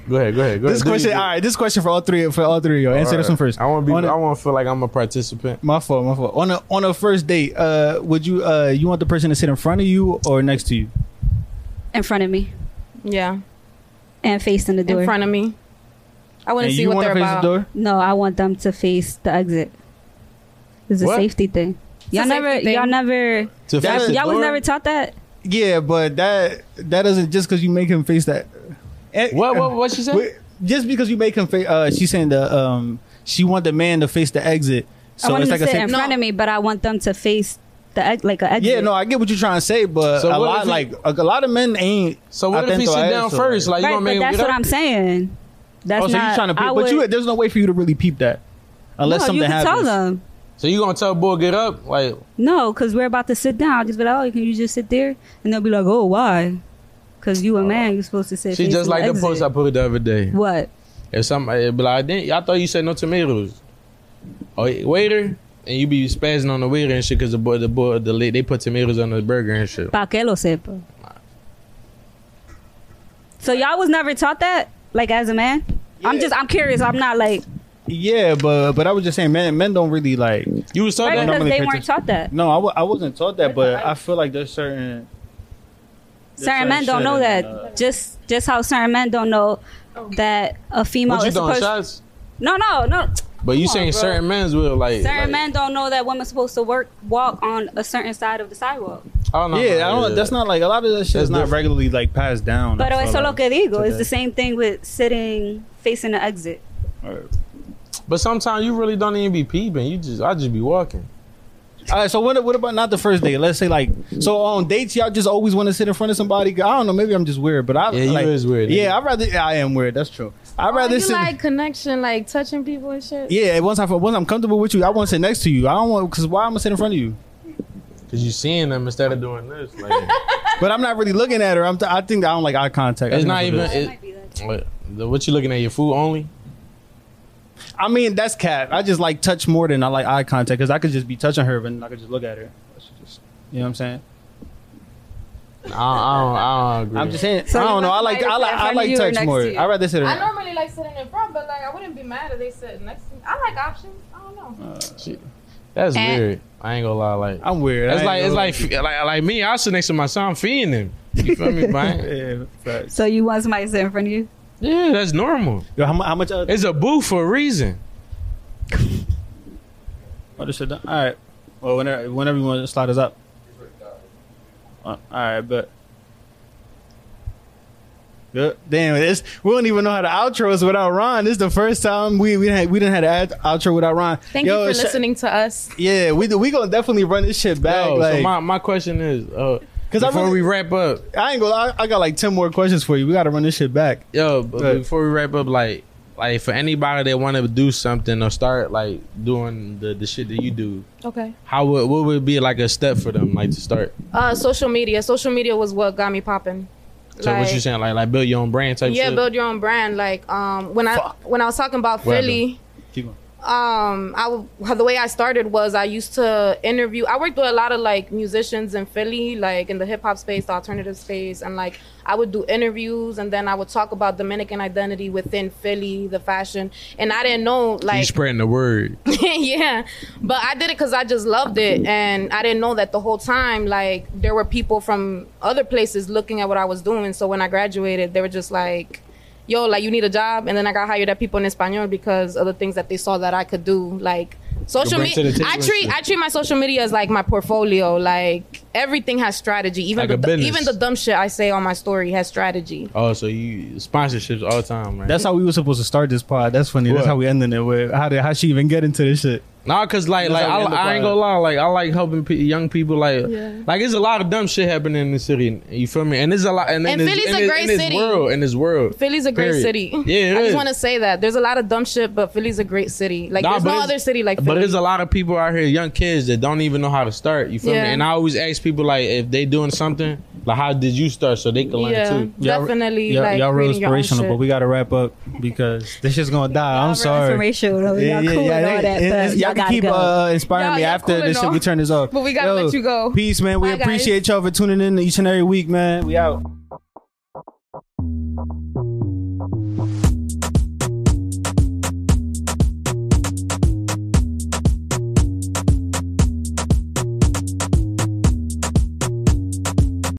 Speaker 1: go ahead, go ahead, go
Speaker 2: This
Speaker 1: ahead. Do
Speaker 2: question.
Speaker 1: you-
Speaker 2: All right. This question for all three. For all three. Yo,
Speaker 1: All
Speaker 2: answer
Speaker 1: right.
Speaker 2: this one first.
Speaker 1: I want to be.
Speaker 2: On a-
Speaker 1: I want to feel like I'm a participant.
Speaker 2: My fault, my fault. On a on a first date, uh, would you uh you want the person to sit in front of you or next to you?
Speaker 4: In front of me
Speaker 5: yeah.
Speaker 4: and facing the door.
Speaker 5: In front of me. I want to
Speaker 2: and
Speaker 5: see
Speaker 2: you
Speaker 5: what
Speaker 2: wanna
Speaker 5: they're
Speaker 2: face
Speaker 5: about.
Speaker 2: the door?
Speaker 4: No, I want them to face the exit. It's a
Speaker 1: What?
Speaker 4: safety thing.
Speaker 5: a
Speaker 4: Y'all never,
Speaker 5: safety thing.
Speaker 4: y'all never,
Speaker 1: To
Speaker 2: That-
Speaker 1: face the
Speaker 4: y'all was
Speaker 1: door?
Speaker 4: never taught that.
Speaker 2: Yeah, but that that doesn't just because you make him face that. eh,
Speaker 1: What? What? What she said?
Speaker 2: wait, just because you make him face, uh, she's saying the um, she want the man to face the exit.
Speaker 4: I
Speaker 2: So
Speaker 4: want
Speaker 2: it's
Speaker 4: them
Speaker 2: like
Speaker 4: to
Speaker 2: a
Speaker 4: sit in
Speaker 2: safe.
Speaker 4: front of me, but I want them to face the ex- like an exit.
Speaker 2: Yeah, no, I get what you're trying to say, but
Speaker 1: So
Speaker 2: a
Speaker 1: what
Speaker 2: lot
Speaker 1: if he-
Speaker 2: like a, a lot of men ain't.
Speaker 1: So what if he
Speaker 2: atento a
Speaker 1: sit down
Speaker 2: eso,
Speaker 1: first? Like you
Speaker 4: right,
Speaker 1: gonna make
Speaker 4: but
Speaker 1: him
Speaker 4: that's
Speaker 1: get
Speaker 4: what
Speaker 1: up?
Speaker 4: I'm saying. That's
Speaker 2: oh, so
Speaker 4: not.
Speaker 2: you trying to, peep,
Speaker 4: I
Speaker 2: but you
Speaker 4: would-
Speaker 2: there's no way for you to really peep that. unless
Speaker 4: no,
Speaker 2: something
Speaker 4: you can
Speaker 2: happens.
Speaker 4: tell them.
Speaker 1: So you gonna tell boy get up? Like
Speaker 4: No, because we're about to sit down. I'll just be like, oh, can you just sit there? And they'll be like, oh, why? Because
Speaker 2: Oh.
Speaker 4: you a man, you're supposed to sit.
Speaker 1: she
Speaker 4: face
Speaker 1: just
Speaker 4: to
Speaker 1: like the
Speaker 4: exit.
Speaker 1: post I put the other day.
Speaker 4: What?
Speaker 1: If somebody be like, I didn't, I thought you said no tomatoes. Oh, waiter, and you be spazzing on the waiter and shit because the boy, the boy, the lady, they put tomatoes on the burger and shit.
Speaker 4: Pa que lo sepa. So y'all was never taught that, like as a man. I'm just, I'm curious. I'm not like
Speaker 2: Yeah, but but I was just saying, men men don't really like.
Speaker 1: You was talking.
Speaker 4: right because
Speaker 2: normally
Speaker 4: they
Speaker 2: pay
Speaker 4: weren't taught that.
Speaker 2: No, I w- I wasn't taught that, but I feel like there's certain. there's
Speaker 4: Certain men don't
Speaker 2: shit
Speaker 4: know that.
Speaker 2: and, uh,
Speaker 4: just, just how certain men don't know that a female
Speaker 1: What you
Speaker 4: is
Speaker 1: doing
Speaker 4: supposed.
Speaker 1: shots?
Speaker 4: No, no, no.
Speaker 1: But you
Speaker 4: Come on,
Speaker 1: saying
Speaker 4: bro.
Speaker 1: certain men's will like
Speaker 4: Certain
Speaker 1: like,
Speaker 4: men don't know that women's supposed to work walk on a certain side of the sidewalk.
Speaker 1: I don't know.
Speaker 2: yeah, I don't. That's not like a lot of that shit
Speaker 1: That's
Speaker 2: is not
Speaker 1: different.
Speaker 2: regularly like passed down.
Speaker 4: But
Speaker 2: I feel
Speaker 4: eso lo
Speaker 2: like.
Speaker 4: que digo. It's
Speaker 2: today.
Speaker 4: the same thing with sitting facing the exit.
Speaker 1: But sometimes you really don't even be peeping. You just I just be walking.
Speaker 2: All right, so what, what about not the first date? Let's say like so on dates, y'all just always want to sit in front of somebody. I don't know, maybe I'm just weird, but I
Speaker 1: Yeah, you
Speaker 2: like,
Speaker 1: is weird, nigga.
Speaker 2: Yeah, I rather I am weird. That's true. I
Speaker 5: Oh,
Speaker 2: rather
Speaker 5: you
Speaker 2: sit.
Speaker 5: like connection, like touching people and
Speaker 2: [laughs]
Speaker 5: shit.
Speaker 2: yeah, once I once I'm comfortable with you, I want to sit next to you. I don't want because why I'm gonna sit in front of you?
Speaker 1: Cause you seeing them instead of doing this. Like
Speaker 2: But I'm not really looking at her. I'm t- I think I don't like eye contact. I
Speaker 1: it's
Speaker 2: think
Speaker 1: not
Speaker 2: that's what
Speaker 1: even.
Speaker 2: it
Speaker 4: That
Speaker 1: It,
Speaker 4: might be that.
Speaker 1: what, the- what you looking at? Your food only?
Speaker 2: is. I mean, that's cat. I just like touch more than I like eye contact because I could just be touching her, but I could just look at her. That's just- You know what I'm saying?
Speaker 1: I, don't- I don't. I don't agree.
Speaker 2: I'm just saying.
Speaker 4: So
Speaker 2: I
Speaker 4: you
Speaker 2: don't know. I
Speaker 4: want
Speaker 2: like. I
Speaker 4: somebody
Speaker 2: like. I like
Speaker 4: to sit in front of you or
Speaker 2: touch
Speaker 4: next
Speaker 2: more.
Speaker 4: to you?
Speaker 2: I rather sit. in
Speaker 5: I normally like sitting in front, but like I wouldn't be mad if they sit next to me. I like options. I don't know.
Speaker 2: Uh,
Speaker 1: That's
Speaker 4: Eh.
Speaker 1: weird. I ain't gonna lie. Like
Speaker 2: I'm weird.
Speaker 1: it's
Speaker 2: I
Speaker 1: like
Speaker 2: ain't
Speaker 1: it's
Speaker 2: gonna-
Speaker 1: like, fe- like like me. I sit next to my son. I'm feeding him. You feel
Speaker 2: [laughs]
Speaker 1: me? man?
Speaker 2: Yeah, facts.
Speaker 4: So you want somebody to sit in front of you?
Speaker 1: Yeah, that's normal.
Speaker 2: Yo, how, mu- how much other,
Speaker 1: It's a boo for a reason.
Speaker 2: other shit done? All right. Well, whenever, whenever you want to slide us up. Uh, all right, but. Good. Damn, it's, we don't even know how to outro us without Ron. This is the first time we we, had, we didn't have an outro without Ron.
Speaker 5: Thank
Speaker 2: Yo,
Speaker 5: you for
Speaker 2: sh-
Speaker 5: listening to us.
Speaker 2: Yeah, we we gonna definitely run this shit back.
Speaker 1: Yo,
Speaker 2: like,
Speaker 1: so my, my question is, uh,
Speaker 2: 'Cause I
Speaker 1: before
Speaker 2: really-
Speaker 1: we wrap up,
Speaker 2: I ain't gonna. lie, I, I got like ten more questions for you. We gotta run this shit back.
Speaker 1: yo, b-
Speaker 2: ahead.
Speaker 1: before we wrap up, like like for anybody that want to do something or start like doing the the shit that you do,
Speaker 5: Okay.
Speaker 1: how would what would be like a step for them like to start?
Speaker 5: Uh, social media. Social media was what got me popping.
Speaker 1: So what you saying? Like like build your own brand type.
Speaker 5: yeah,
Speaker 1: shit?
Speaker 5: build your own brand. Like um, when I when I was talking about
Speaker 1: What
Speaker 5: Philly, um, I w- the way I started was I used to interview. I worked with a lot of like musicians in Philly, like in the hip hop space, the alternative space, and like I would do interviews, and then I would talk about Dominican identity within Philly, the fashion, and I didn't know
Speaker 1: you
Speaker 5: like
Speaker 1: spreading the word.
Speaker 5: [laughs] yeah but i did it because i just loved it and i didn't know that the whole time like there were people from other places looking at what i was doing so when i graduated they were just like yo like you need a job and then i got hired at people in espanol because of the things that they saw that i could do like social
Speaker 1: bring to the
Speaker 5: media
Speaker 1: table
Speaker 5: i
Speaker 1: and
Speaker 5: treat
Speaker 1: shit.
Speaker 5: i treat my social media as like my portfolio like everything has strategy even
Speaker 1: Like a
Speaker 5: the,
Speaker 1: business.
Speaker 5: even the dumb shit i say on my story has strategy
Speaker 1: Oh, so you sponsorships all the time, right?
Speaker 2: That's how we were supposed to start this pod. That's funny.
Speaker 1: What?
Speaker 2: That's how we ending it. With how did how she even get into this shit?
Speaker 1: Nah, cause like
Speaker 2: That's
Speaker 1: like I,
Speaker 2: how we end up
Speaker 1: I ain't
Speaker 2: on it.
Speaker 1: gonna lie, like I like helping pe- young people. Like
Speaker 5: Yeah.
Speaker 1: like it's a lot of dumb shit happening in the city. You feel me? And there's a lot. And,
Speaker 5: And
Speaker 1: in this-
Speaker 5: Philly's
Speaker 1: in
Speaker 5: a
Speaker 1: this-
Speaker 5: great
Speaker 1: in this
Speaker 5: city.
Speaker 1: World in this world.
Speaker 5: Philly's a great
Speaker 1: Period.
Speaker 5: city.
Speaker 1: Yeah, it
Speaker 5: I
Speaker 1: is.
Speaker 5: just want to say that there's a lot of dumb shit, but Philly's a great city. Like
Speaker 1: Nah,
Speaker 5: there's
Speaker 1: but
Speaker 5: no
Speaker 1: it's-
Speaker 5: other city like Philly.
Speaker 1: But there's a lot of people out here, young kids that don't even know how to start. You feel
Speaker 5: Yeah.
Speaker 1: me? And I always ask people like if they doing something, like how did you start so they can learn
Speaker 5: yeah,
Speaker 1: too.
Speaker 5: definitely.
Speaker 2: y'all,
Speaker 5: like
Speaker 2: y'all real
Speaker 5: creating your own
Speaker 2: inspirational,
Speaker 5: shit.
Speaker 2: but we gotta wrap up because this shit's gonna die. I'm sorry.
Speaker 4: Racial, though. y'all cool and all that,
Speaker 2: it-
Speaker 4: but
Speaker 2: it's- y'all can
Speaker 4: gotta
Speaker 2: keep
Speaker 4: go.
Speaker 2: uh, inspiring
Speaker 5: Y'all-
Speaker 2: me
Speaker 5: y'all
Speaker 2: after
Speaker 5: cool and
Speaker 2: this shit.
Speaker 5: all.
Speaker 2: We turn this off,
Speaker 5: But we gotta let you go.
Speaker 2: Peace, man. We
Speaker 5: Bye, guys.
Speaker 2: appreciate y'all for tuning in each and every week, man. We out.